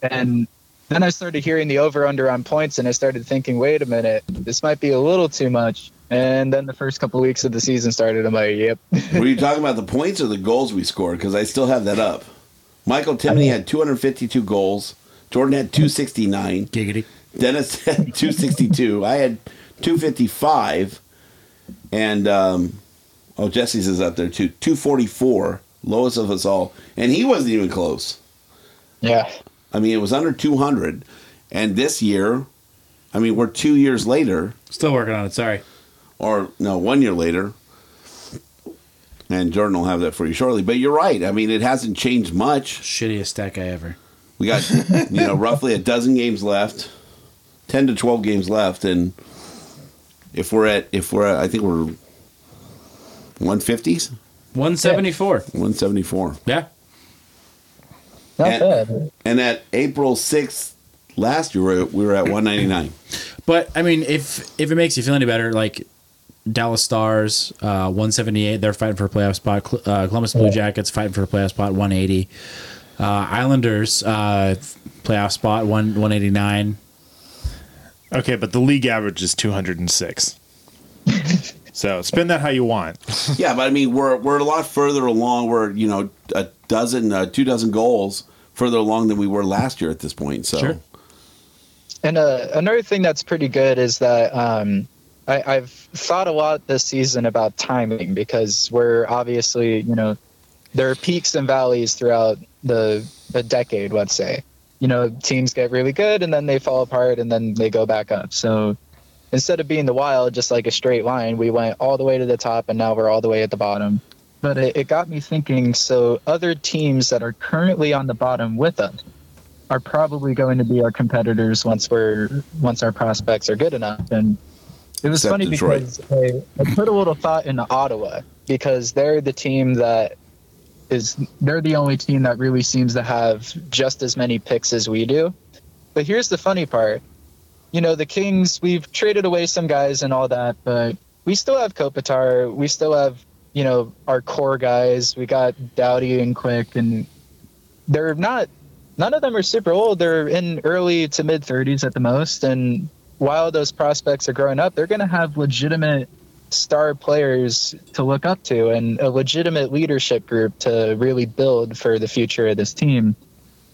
and then i started hearing the over under on points and i started thinking wait a minute this might be a little too much and then the first couple weeks of the season started i'm like yep
Were you talking about the points or the goals we scored? Because I still have that up. Michael Timoney had 252 goals. Jordan had 269.
Giggity.
Dennis had 262. I had 255. And, um, oh, Jesse's is up there too. 244. Lowest of us all. And he wasn't even close.
Yeah.
I mean, it was under 200. And this year, I mean, we're two years later.
Still working on it, sorry.
Or, no, one year later. And Jordan will have that for you shortly. But you're right. I mean, it hasn't changed much.
Shittiest stack I ever.
We got, you know, roughly a dozen games left, 10 to 12 games left. And if we're at, if we're at, I think we're 150s?
174.
174.
Yeah.
Not
and, And at April 6th last year, we were- we were at 199.
But I mean, if if it makes you feel any better, like Dallas Stars, uh, one seventy eight, they're fighting for a playoff spot. Cl- uh, Columbus Blue Jackets fighting for a playoff spot, one eighty. Uh, Islanders uh, playoff spot, one one eighty nine.
Okay, but the league average is 206. so spend that how you want.
yeah, but I mean, we're we're a lot further along. We're you know a dozen, uh, two dozen goals further along than we were last year at this point. So
Sure. And uh, another thing that's pretty good is that um, I, I've thought a lot this season about timing because we're obviously, you know, there are peaks and valleys throughout the the decade. Let's say, you know, teams get really good and then they fall apart and then they go back up. So instead of being the wild, just like a straight line, we went all the way to the top and now we're all the way at the bottom. But it, it got me thinking. So other teams that are currently on the bottom with us are probably going to be our competitors once we're once our prospects are good enough. And it was
Except
funny
Detroit.
because I, I put a little thought into Ottawa because they're the team that is they're the only team that really seems to have just as many picks as we do. But here's the funny part. You know, the Kings, we've traded away some guys and all that, but we still have Kopitar, we still have you know our core guys. We got Dowdy and Quick, and they're not. None of them are super old. They're in early to mid thirties at the most, and while those prospects are growing up, they're going to have legitimate star players to look up to and a legitimate leadership group to really build for the future of this team.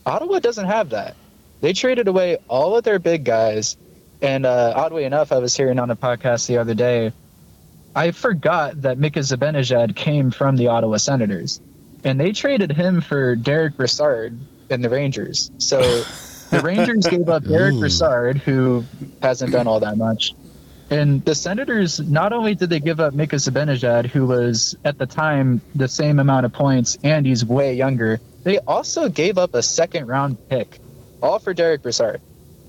Ottawa doesn't have that. They traded away all of their big guys. And uh, oddly enough, I was hearing on a podcast the other day, I forgot that Mika Zibanejad came from the Ottawa Senators. And they traded him for Derek Brassard and the Rangers. So the Rangers gave up Derek
Ooh.
Brassard, who hasn't done all that much. And the Senators, not only did they give up Mika Zibanejad, who was at the time the same amount of points and he's way younger, they also gave up a second round pick, all for Derek Brassard.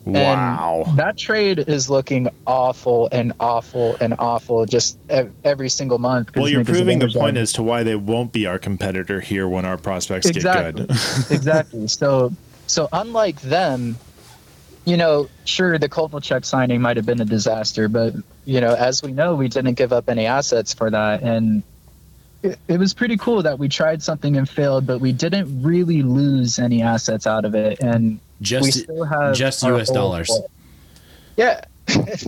Wow.
And that trade is looking awful and awful and awful just ev- every single month. 'cause
Well, you're
Mika
proving the
Zibanejad-
point as to why they won't be our competitor here when our prospects
exactly.
get good.
exactly. So, so unlike them, you know, sure the Kovalchuk signing might have been a disaster, but you know, as we know, we didn't give up any assets for that, and it, it was pretty cool that we tried something and failed, but we didn't really lose any assets out of it, and we
Just
still have
just
our
US
old
dollars.
core. Yeah,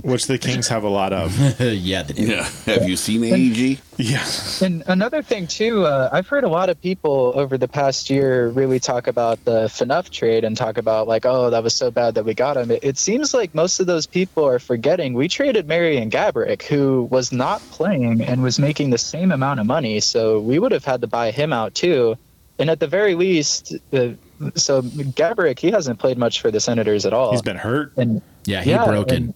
Which the Kings have a lot of.
yeah, they do.
Yeah. Have you seen E AEG?
Yeah.
And another thing too, uh, I've heard a lot of people over the past year really talk about the FNUF trade and talk about like, oh, that was so bad that we got him. It, it seems like most of those people are forgetting we traded Marion Gabrick, who was not playing and was making the same amount of money, so we would have had to buy him out too. And at the very least, uh, so Gabrick, he hasn't played much for the Senators at all.
He's been hurt.
And
Yeah, he
Yeah,
broke it.
and-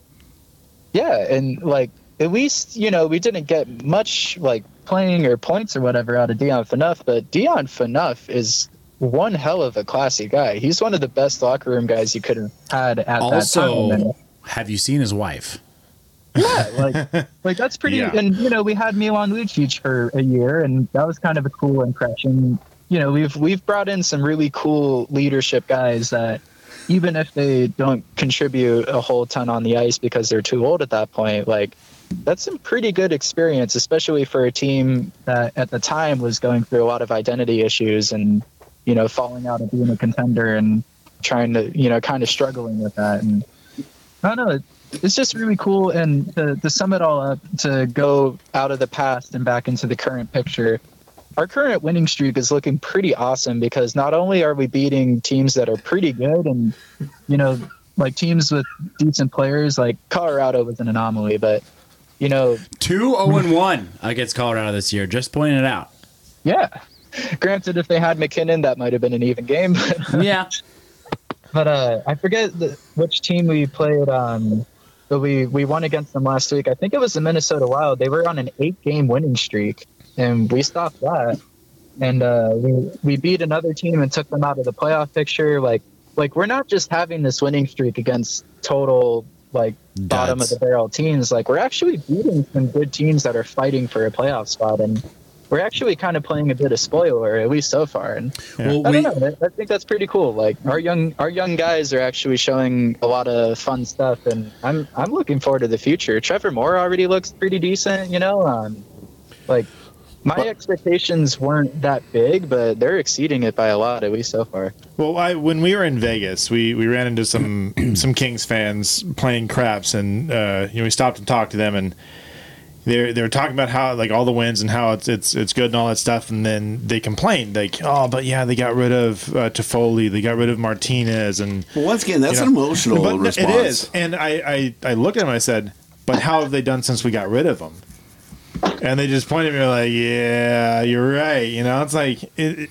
yeah, and like at least you know we didn't get much like playing or points or whatever out of Dion Phaneuf, but Dion Phaneuf is one hell of a classy guy. He's one of the best locker room guys you could have had at that time.
Also, have you seen his wife?
Yeah, like like that's pretty.
Yeah.
And you know we had Milan Lucic for a year, and that was kind of a cool impression. You know we've we've brought in some really cool leadership guys that even if they don't contribute a whole ton on the ice because they're too old at that point, like that's some pretty good experience, especially for a team that at the time was going through a lot of identity issues and, you know, falling out of being a contender and trying to, you know, kind of struggling with that. And I don't know. It's just really cool. And to, to sum it all up, to go out of the past and back into the current picture, our current winning streak is looking pretty awesome because not only are we beating teams that are pretty good and, you know, like teams with decent players, like Colorado was an anomaly, but, you know,
2 0 and 1 against Colorado this year. Just pointing it out.
yeah. Granted, if they had McKinnon, that might have been an even game. But
yeah.
But uh, I forget the, which team we played. Um, but we we won against them last week. I think it was the Minnesota Wild. They were on an eight-game winning streak, and we stopped that. And uh, we we beat another team and took them out of the playoff picture. Like like we're not just having this winning streak against total like bottom
Duds.
of the barrel teams. Like we're actually beating some good teams that are fighting for a playoff spot and. We're actually kind of playing a bit of spoiler, at least so far, and
Well,
I
we-
don't know. I- I think that's pretty cool. Like our young our young guys are actually showing a lot of fun stuff, and I'm I'm looking forward to the future. Trevor Moore already looks pretty decent, you know. Um, like my expectations weren't that big, but they're exceeding it by a lot, at least so far.
Well, I, when we were in Vegas, we, we ran into some some Kings fans playing craps, and uh, you know we stopped and talked to them, and they they were talking about how like all the wins and how it's it's it's good and all that stuff, and then they complained like, oh, but yeah, they got rid of uh, Toffoli, they got rid of Martinez, and
Well, once again, that's an emotional
but no,
response.
It is, and I, I I looked at him, I said, but how have they done since we got rid of them? And they just pointed at me like, yeah, you're right. You know, it's like it, it-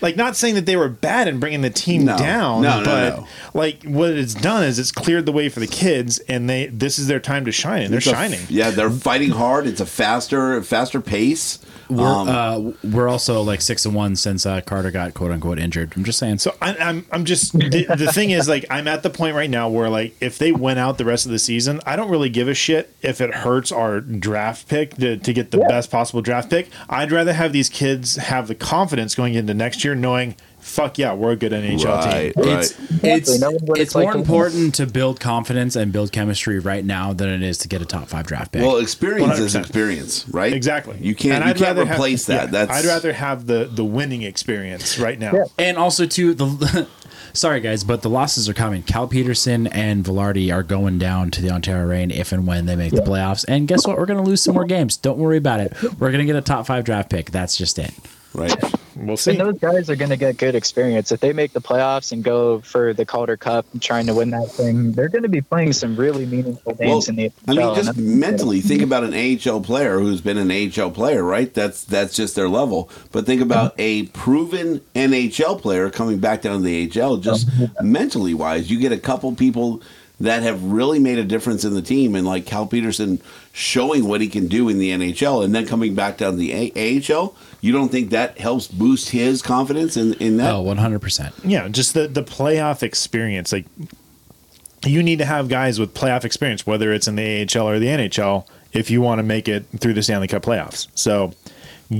like not saying that they were bad in bringing the team
No.
down,
No, no,
but
no.
like what it's done is it's cleared the way for the kids, and they this is their time to shine, and they're
It's a f-
shining.
yeah, they're fighting hard. It's a faster, faster pace.
We're,
Um,
uh, we're also like six and one since uh, Carter got quote unquote injured. I'm just saying.
So I, I'm I'm just the, the thing is like I'm at the point right now where like if they went out the rest of the season, I don't really give a shit if it hurts our draft pick to, to get the best possible draft pick. I'd rather have these kids have the confidence going into next year year knowing, fuck yeah, we're a good NHL team.
It's it's, it's more important to build confidence and build chemistry right now than it is to get a top five draft pick.
Well, experience is experience, right?
Exactly.
You can't.
And
You
I'd
can't
rather have-
replace that.
yeah,
That's.
I'd rather have the the winning experience right now.
And also to the sorry guys, but the losses are coming. Cal Peterson and Velarde are going down to the Ontario Reign if and when they make the playoffs. And guess what? We're gonna lose some more games. Don't worry about it. We're gonna get a top five draft pick. That's just it.
Right.
We'll
And those guys are going to get good experience. If they make the playoffs and go for the Calder Cup and trying to win that thing, they're going to be playing some really meaningful games in the NFL.
I mean, just
and I'm-
mentally think about an AHL player who's been an AHL player, right? That's that's just their level. But think about a proven NHL player coming back down to the AHL, just mentally wise. You get a couple people that have really made a difference in the team, and like Cal Peterson showing what he can do in the NHL, and then coming back down to the a- AHL. You don't think that helps boost his confidence in in that?
Oh, one hundred percent.
Yeah, just the the playoff experience. Like you need to have guys with playoff experience, whether it's in the AHL or the NHL, if you want to make it through the Stanley Cup playoffs. So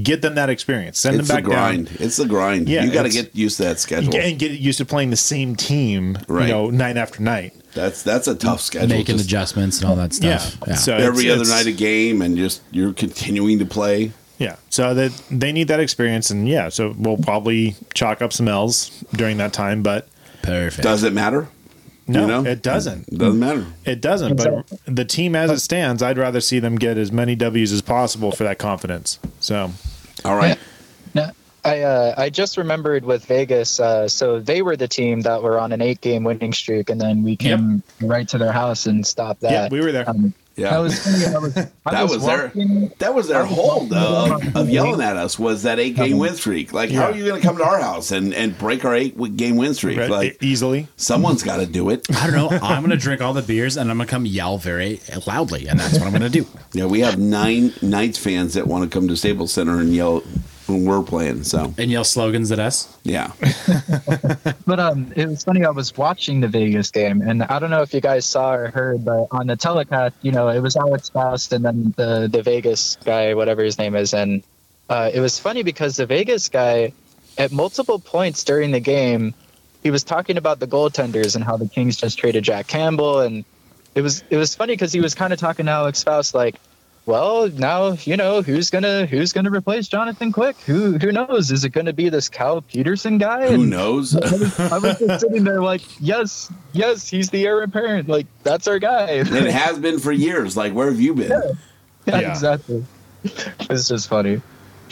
get them that experience. Send
it's
them back
the grind.
down.
It's the grind.
Yeah,
you got to
it's-
get used to that schedule.
And get used to playing the same team,
Right.
you know, night after night.
That's that's a tough schedule.
Making
Just-
adjustments and all that stuff.
Yeah. So
every
Uh, it's-
other
it's-
night a game, and just you're continuing to play.
Yeah. So that they need that experience, and yeah, so we'll probably chalk up some L's during that time, but
perfect.
Does it matter?
No,
You know?
it doesn't.
Doesn't matter.
It doesn't. But the team as it stands, I'd rather see them get as many W's as possible for that confidence. So,
all right.
I uh, I just remembered with Vegas. Uh, so they were the team that were on an eight-game winning streak, and then we came right to their house and stopped that.
Yeah, we were there.
Yeah.
I was, I was, I
that was, their that was their whole though of, of yelling at us was that eight
Um,
game win streak. Like, how are you going to come to our house and, and break our eight w- game win streak?
Right, E-,
Like
easily,
someone's got to do it.
I don't know. I'm gonna drink all the beers and I'm gonna come yell very loudly, and that's what I'm gonna do.
Yeah, we have nine Knights fans that want to come to Staples Center and yell when we're playing. So
and yell slogans at us.
Yeah,
But um, it was funny. I was watching the Vegas game, and I don't know if you guys saw or heard, but on the telecast, you know, it was Alex Faust and then the the Vegas guy, whatever his name is, and uh, it was funny because the Vegas guy, at multiple points during the game, he was talking about the goaltenders and how the Kings just traded Jack Campbell, and it was it was funny because he was kind of talking to Alex Faust like. Well, now you know who's gonna who's gonna replace Jonathan Quick. Who who knows? Is it gonna be this Cal Peterson guy?
who
And-
knows?
I was, I was just sitting there like, yes, yes, he's the heir apparent. Like that's our guy.
it has been for years. Like, where have you been?
Yeah,
Yeah.
exactly. It's just funny.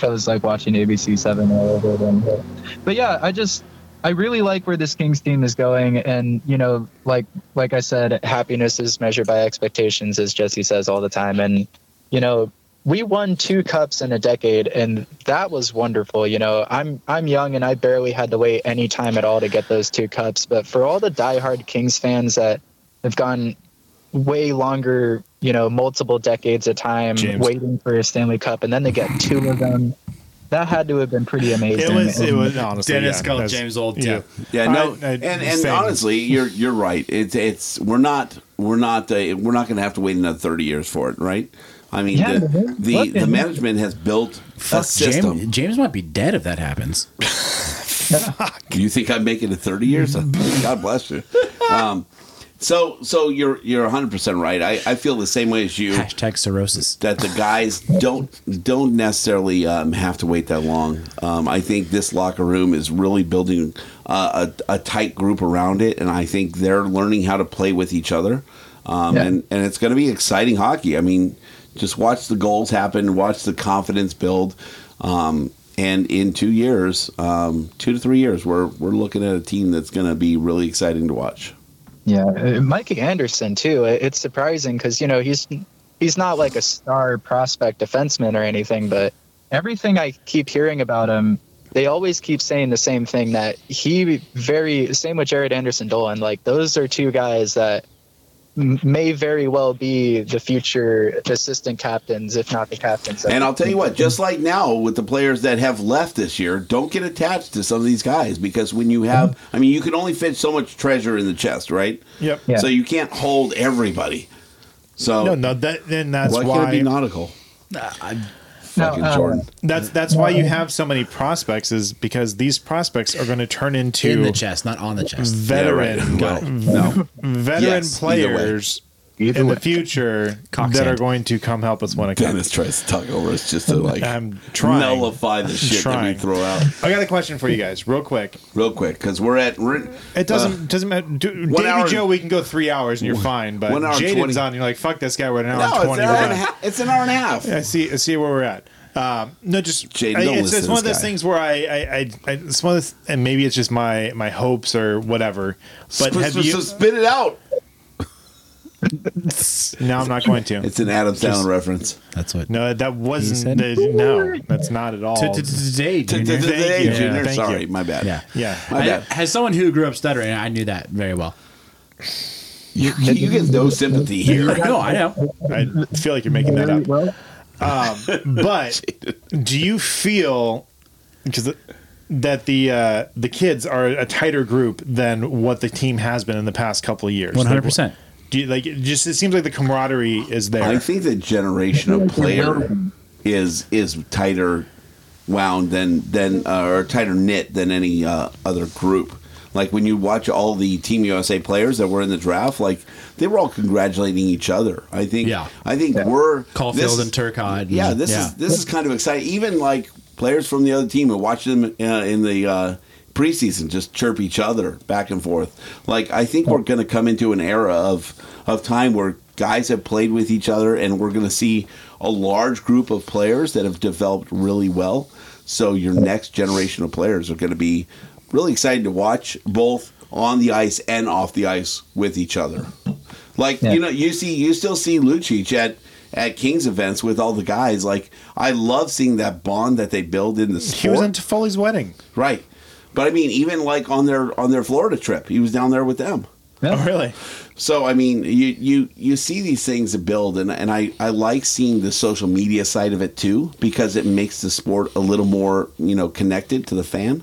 I was like watching ABC Seven all over again. But, but yeah, I just I really like where this Kings team is going, and you know, like like I said, happiness is measured by expectations, as Jesse says all the time, and you know. We won two cups in a decade, and that was wonderful. You know, I'm I'm young, and I barely had to wait any time at all to get those two cups. But for all the diehard Kings fans that have gone way longer, you know, multiple decades of time
James.
waiting for a Stanley Cup, and then they get two of them. That had to have been pretty amazing.
It was. It
And-
was honestly. yeah, that's- yeah.
Yeah, no,
I- I-
and and
same.
honestly, you're you're right. It's it's we're not we're not uh, we're not going to have to wait another thirty years for it, right? I mean,
Yeah,
the
man.
the,
Look
the
at-
management has built a
Fuck,
system.
James, James might be dead if that happens.
You think I'm making it thirty years? God bless you. Um, so so you're you're 100 percent right. I, I feel the same way as you.
Hashtag cirrhosis.
That the guys don't don't necessarily um, have to wait that long. Um, I think this locker room is really building uh, a, a tight group around it, and I think they're learning how to play with each other. Um,
Yeah.
And and it's going to be exciting hockey. I mean, just watch the goals happen, watch the confidence build. Um, and in two years, um, two to three years, we're we're looking at a team that's going to be really exciting to watch.
Yeah, uh, Mikey Anderson too. It- It's surprising because you know he's he's not like a star prospect defenseman or anything, but everything I keep hearing about him, they always keep saying the same thing that he very same with Jared Anderson Dolan. Like those are two guys that m- may very well be the future assistant captains, if not the captains.
And I'll tell you what, just like now with the players that have left this year, don't get attached to some of these guys because when you have, I mean, you can only fit so much treasure in the chest, right?
Yep.
So you can't hold everybody. So
no, no. That then that's
why,
why
can't it be nautical? Fucking Jordan.
That's that's why you have so many prospects is because these prospects are going to turn into
in the chest, not on the chest.
veteran
Yeah, right. Well, no.
veteran
Yes, either way.
players
Either
in
way.
the future
Cock
that
sand.
are going to come help us when it comes.
Dennis tries to talk over us just to like
I'm trying.
nullify the
I'm
shit that
trying.
we throw out
I got a question for you guys, real quick.
real quick because we're at we're,
It doesn't
uh,
doesn't matter. Do,
one
Davey
hour-
Joe, we can go three hours and you're fine. But
One hour and
Jaden's
20.
on. You're like, fuck this guy. We're at an hour
no,
and
it's
twenty.
an,
we're
hour and a
done.
half, it's an hour and a half.
I see. I see where we're at. Um, no, just
Jaden,
I-
don't
it's,
listen
it's
to
one of
this
those
guy.
things where I, I, I, I it's one of those, and maybe it's just my my hopes or whatever. But
Sp-
have
sp-
you?
sp- spit it out?
No, I'm not going to.
It's an Adam
Just-
Sound reference.
That's what.
No, that
said-
wasn't. The, no, that's not at all.
Today,
To- to-
Junior.
to-
Thank
Hey,
you.
Junior,
Thank
sorry,
you.
my bad.
Yeah.
Yeah.
My
I,
bad.
as someone who grew up stuttering, I knew that very well.
You, you get no sympathy here.
No, I know.
I feel like you're making that up. Um,
Well,
But do you feel because that the uh, the kids are a tighter group than what the team has been in the past couple of years?
One hundred percent.
Do you, like it just it seems like the camaraderie is there.
I think the generation of player is is tighter wound than than uh, or tighter knit than any uh, other group. Like when you watch all the Team USA players that were in the draft, like they were all congratulating each other. I think.
Yeah.
I think we're
Caulfield
this-
and Turcotte. and-
Yeah, this is this is kind of exciting. Even like players from the other team and watch them uh, in the uh, preseason just chirp each other back and forth. Like I think we're going to come into an era of of time where guys have played with each other, and we're going to see a large group of players that have developed really well. So your next generation of players are going to be really exciting to watch, both on the ice and off the ice with each other. Like you know, you see, you still see Lucic at at Kings events with all the guys. Like I love seeing that bond that they build in the sport.
he was in Foley's wedding.
right, but I mean, even like on their on their Florida trip, he was down there with them.
Oh, really?
So I mean, you you you see these things that build, and and I I like seeing the social media side of it too because it makes the sport a little more you know connected to the fan.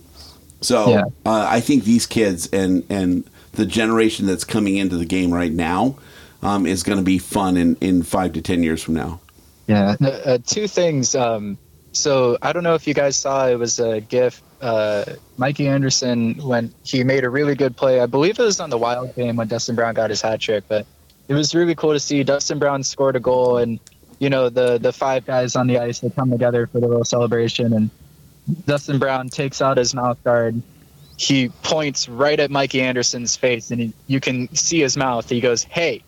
So
Yeah.
uh, I think these kids and and the generation that's coming into the game right now um, is going to be fun in in five to ten years from now.
Yeah. Uh, uh, two things. Um, so I don't know if you guys saw it was a GIF. Uh, Mikey Anderson when he made a really good play. I believe it was on the Wild game when Dustin Brown got his hat trick, but it was really cool to see Dustin Brown scored a goal and you know the the five guys on the ice they come together for the little celebration and Dustin Brown takes out his mouth guard. He points right at Mikey Anderson's face and he, you can see his mouth. He goes, "Hey,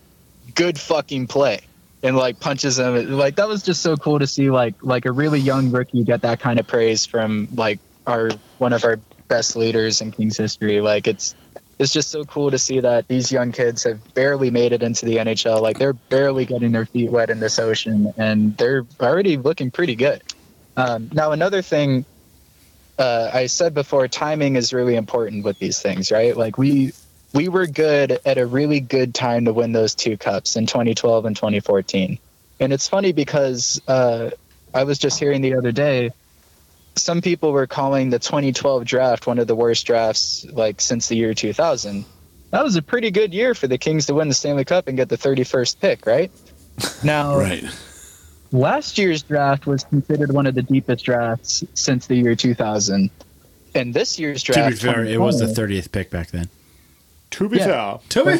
good fucking play." and like punches him. Like that was just so cool to see like like a really young rookie get that kind of praise from like our one of our best leaders in Kings history. Like it's it's just so cool to see that these young kids have barely made it into the NHL. Like they're barely getting their feet wet in this ocean and they're already looking pretty good. Um, now another thing uh, I said before, timing is really important with these things, right? Like we we were good at a really good time to win those two cups in 2012 and 2014. And it's funny because uh, I was just hearing the other day, some people were calling the 2012 draft one of the worst drafts like since the year 2000. That was a pretty good year for the Kings to win the Stanley Cup and get the 31st pick, right? Now, last year's draft was considered one of the deepest drafts since the year 2000. And this year's draft,
To be fair, it was the
2020
thirtieth pick back then.
To be
Yeah.
fair.
To be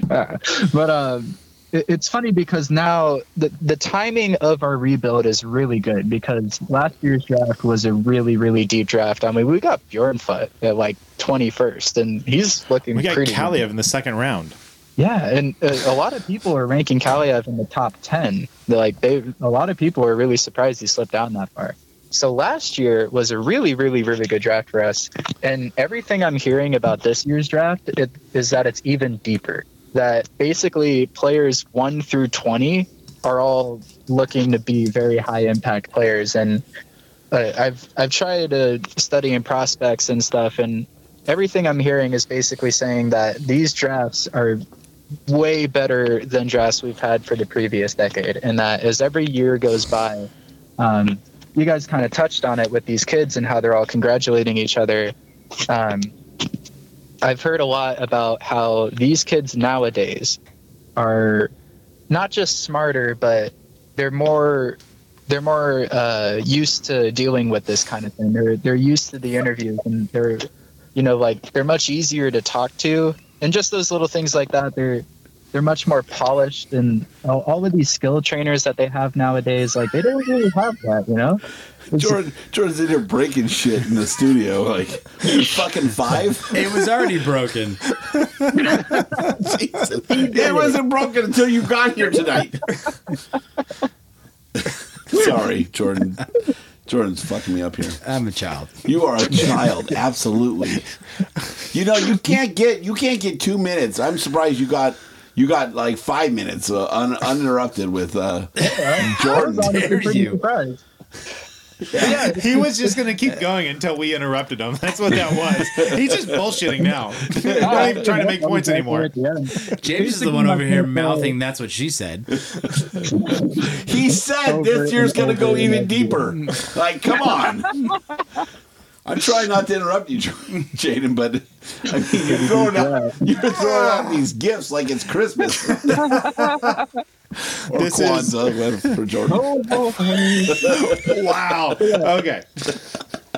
fair,
Sure. but um, it, it's funny because now the, the timing of our rebuild is really good because last year's draft was a really, really deep draft. I mean, we got Bjornfoot at like 21st, and he's looking
We got
pretty.
Kaliev in the second round.
Yeah, and uh, a lot of people are ranking Kaliev in the top 10. They're like they, a lot of people are really surprised he slipped down that far. So last year was a really, really, really good draft for us. And everything I'm hearing about this year's draft it, is that it's even deeper. That basically players one through 20 are all looking to be very high impact players. And uh, I've I've tried uh, studying prospects and stuff, and everything I'm hearing is basically saying that these drafts are way better than drafts we've had for the previous decade, and that as every year goes by, um, you guys kind of touched on it with these kids and how they're all congratulating each other. Um, I've heard a lot about how these kids nowadays are not just smarter, but they're more they're more uh, used to dealing with this kind of thing. They're they're used to the interviews and they're you know like they're much easier to talk to and just those little things like that. They're they're much more polished and all, all of these skill trainers that they have nowadays like they don't really have that you know
Jordan, Jordan's in here breaking shit in the studio. Like, fucking five?
It was already broken.
It wasn't broken until you got here tonight. Sorry, Jordan. Jordan's fucking me up here.
Um,
I'm a child.
You are a child, absolutely. You know you can't get you can't get two minutes. I'm surprised you got you got like five minutes uh, un, uninterrupted with uh, Jordan.
Dare you.
surprised.
Yeah, he was just going to keep going until we interrupted him. That's what that was. He's just bullshitting now. He's not even trying to make points anymore.
James is the one over here mouthing. That's what she said.
He said this year's going to go even deeper. Like, come on. I'm trying not to interrupt you, Jaden, but I mean, you're throwing out you're throwing out these gifts like it's Christmas or
This is-
Kwanzaa whatever, for Jordan.
Oh,
wow. Oh, Okay.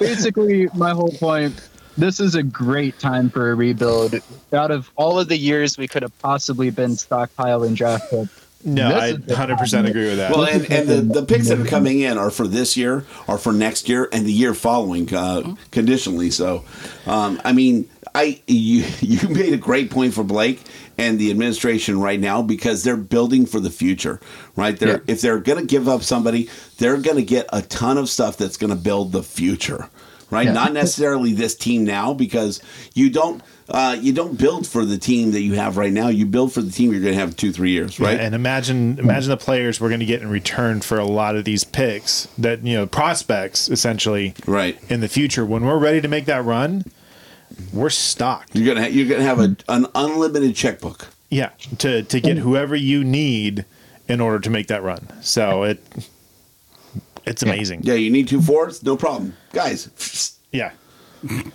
basically my whole point this is a great time for a rebuild out of all of the years we could have possibly been stockpiling draft picks
No,
This
I
is the
100% agree with that.
Well, and, and the, the picks that are coming in are for this year, are for next year, and the year following uh, conditionally. So, um, I mean, I you you made a great point for Blake and the administration right now because they're building for the future, right? They're if they're going to give up somebody, they're going to get a ton of stuff that's going to build the future, right?
Yeah.
Not necessarily this team now because you don't. Uh, you don't build for the team that you have right now. You build for the team you're going to have two, three years, right?
Yeah, and imagine imagine the players we're going to get in return for a lot of these picks that you know prospects essentially
Right.
in the future when we're ready to make that run, we're stocked.
You're gonna ha- you're gonna have a, an unlimited checkbook.
Yeah, to to
Mm.
get whoever you need in order to make that run. So it it's amazing.
Yeah, you need two forwards, no problem, guys.
Yeah.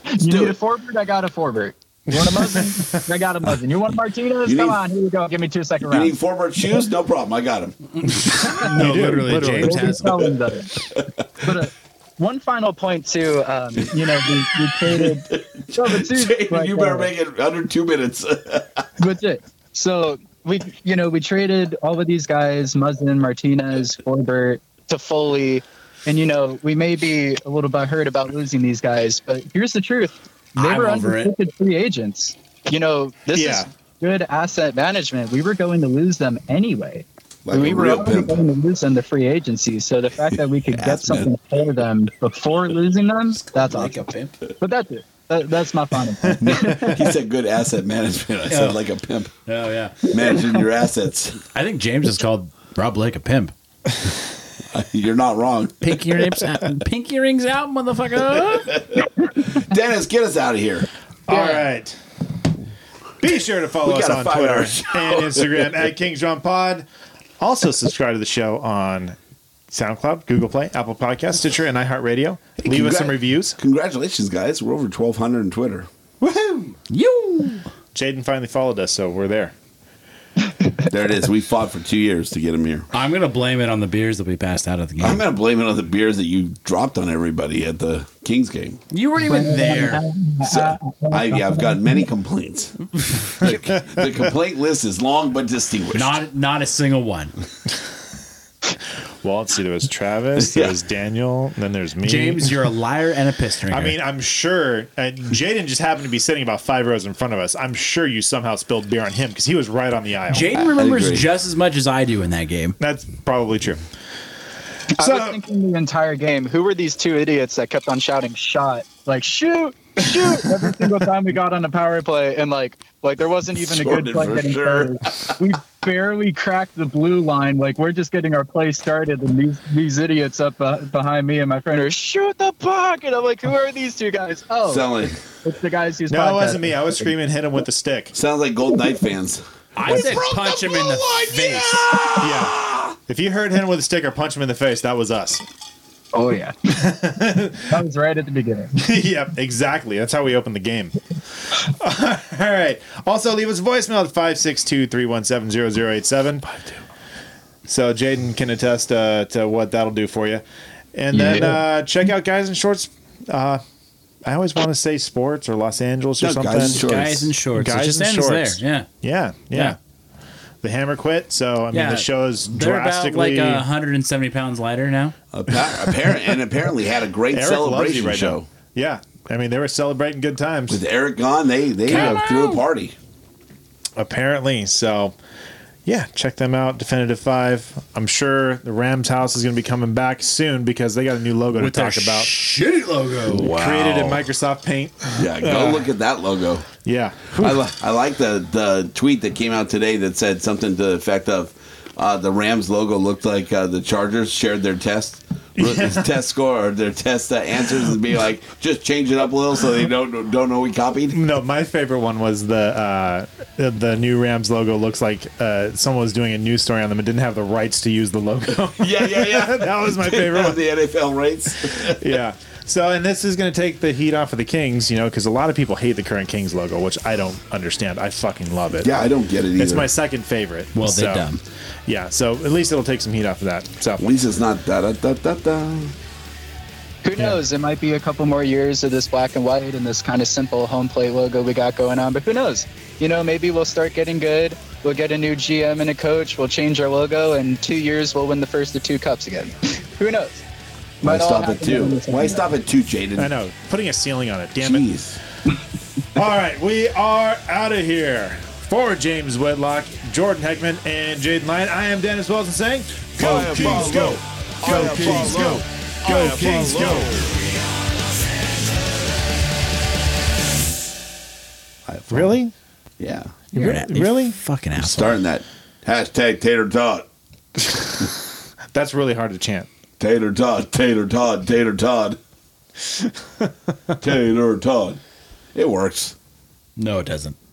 Let's
you
do
need a
it.
forward i got a forward you want a Muzzin? I got a Muzzin. You want a Martinez?
You
Come
need-
on, here we go. Give me two second
You need
rounds.
forward shoes, no problem. I got him.
No, literally, James has.
Selling better. But uh, one final point too. Um, you know, we, we traded. No, but seriously,
Jaden, you
like,
better
uh,
make it under two minutes.
legit. So we, you know, we traded all of these guys, Muslin, Martinez, Forbert, to Foley, and you know, we may be a little bit hurt about losing these guys, but here's the truth: they
I'm
were
over it.
unrestricted free agents. You know, this
Yeah.
is good asset management. We were going to lose them anyway.
Like
we
a
were
real
already
pimp.
going to lose them to free agency. So the fact that we could get
Yes, man.
something for them before losing them, that's
Like a
awesome.
pimp.
But that's it. That, that's my final point.
he said good asset management. I said
Yeah.
like a pimp
Oh yeah.
managing your assets.
I think James has called Rob Blake a pimp.
You're not wrong.
Pink earrings out, pink earrings out, motherfucker.
Dennis, get us out of here.
All right. Be sure to follow
We
us
got a
on
five-hour
Twitter
show.
and Instagram at Kings John Pod. Also subscribe to the show on SoundCloud, Google Play, Apple Podcasts, Stitcher, and iHeartRadio. Leave us
congrat-
some reviews.
Congratulations, guys. We're over 1,200 on Twitter.
you.
Jaden finally followed us, so we're there.
There it is. We fought for two years to get him here.
I'm gonna blame it on the beers that we passed out at the
I'm
game.
going to blame it on the beers that you dropped on everybody at the Kings game.
You weren't even there.
So, I, yeah, I've got many complaints. the, the complaint list is long but distinguished.
Not not a single one.
Well, let's see. There was Travis, there was Daniel, and then there's me.
James, you're a liar and a piss drinker.
I mean, I'm sure uh, Jaden just happened to be sitting about five rows in front of us. I'm sure you somehow spilled beer on him because he was right on the aisle.
Jaden remembers
agree.
just as much as I do in that game.
That's probably true.
I was
So,
thinking the entire game, who were these two idiots that kept on shouting "shot" like "shoot, shoot" every single time we got on a power play, and like, like there wasn't even a
Jordan,
good play
for
getting
sure.
started. We barely cracked the blue line. Like we're just getting our play started, and these these idiots up uh, behind me and my friend are shoot the puck, and I'm like, who are these two guys? Oh,
Selling.
it's the guys who's
no, it wasn't me. I was screaming, hit him with a stick.
Sounds like Gold Knight fans.
I said punch him in the face.
Yeah. If you heard hit him with a stick or punch him in the face, that was us.
Oh yeah, that was right at the beginning.
yep, exactly. That's how we open the game. All right. Also, leave us a voicemail at 562 317 0087. So Jaden can attest uh, to what that'll do for you. And then
Yeah.
uh, check out Guys in Shorts. Uh, I always want to say sports or Los Angeles or
No,
something.
Guys in Shorts. Guys in Shorts. It just ends there, yeah.
Yeah. Yeah.
Yeah.
The hammer quit. So, I mean, the show is
They're
drastically.
about like 170 pounds lighter now.
Apparent and apparently had a great
Eric loves you
celebration
right
show.
now. Yeah. I mean, they were celebrating good times.
With Eric gone, they they
Come
uh, threw
on!
a party.
apparently. So, yeah, check them out. Definitive Five. I'm sure the Rams house is going to be coming back soon because they got a new logo
With
to
their
talk about.
shitty logo.
Wow.
Created in Microsoft Paint.
Yeah, go
Uh,
look at that logo.
Yeah,
I, li- I like the the tweet that came out today that said something to the effect of uh, the Rams logo looked like uh, the Chargers shared their test. test score or their test uh, answers and be like just change it up a little so they don't don't know we copied
No, my favorite one was the uh, the- the new Rams logo looks like uh, someone was doing a news story on them and didn't have the rights to use the logo.
yeah yeah yeah
that was my favorite one.
the NFL rates
yeah. So, and this is going to take the heat off of the Kings, you know, because a lot of people hate the current Kings logo, which I don't understand. I fucking love it.
Yeah, I don't get it
It's
either.
my second favorite.
Well, they
So,
dumb.
Yeah, so at least it'll take some heat off of that. So at
least it's not da da da da da.
Who knows? It might be a couple more years of this black and white and this kind of simple home plate logo we got going on, but who knows? You know, maybe we'll start getting good. We'll get a new GM and a coach. We'll change our logo, and two years we'll win the first of two cups again. who knows?
Why
Might all
stop at
happen
two?
in the second
Why
round.
stop at two, Jaden?
I know. Putting a ceiling on it. Damn it. All right. We are out of here. For James Wedlock, Jordan Heckman, and Jaden Lyon, I am Dennis Wilson saying,
I
Go
am
Kings,
Paul
go!
Lowe. I
Go
am
Kings,
Paul
go!
Lowe. I
Go
am
Kings,
Paul Lowe.
go! Really?
Yeah.
You're an- Really? really?
Fucking asshole. Starting that hashtag tater tot.
That's really hard to chant.
Tater tot, tater tot, tater tot. tater tot. It works.
No, it doesn't.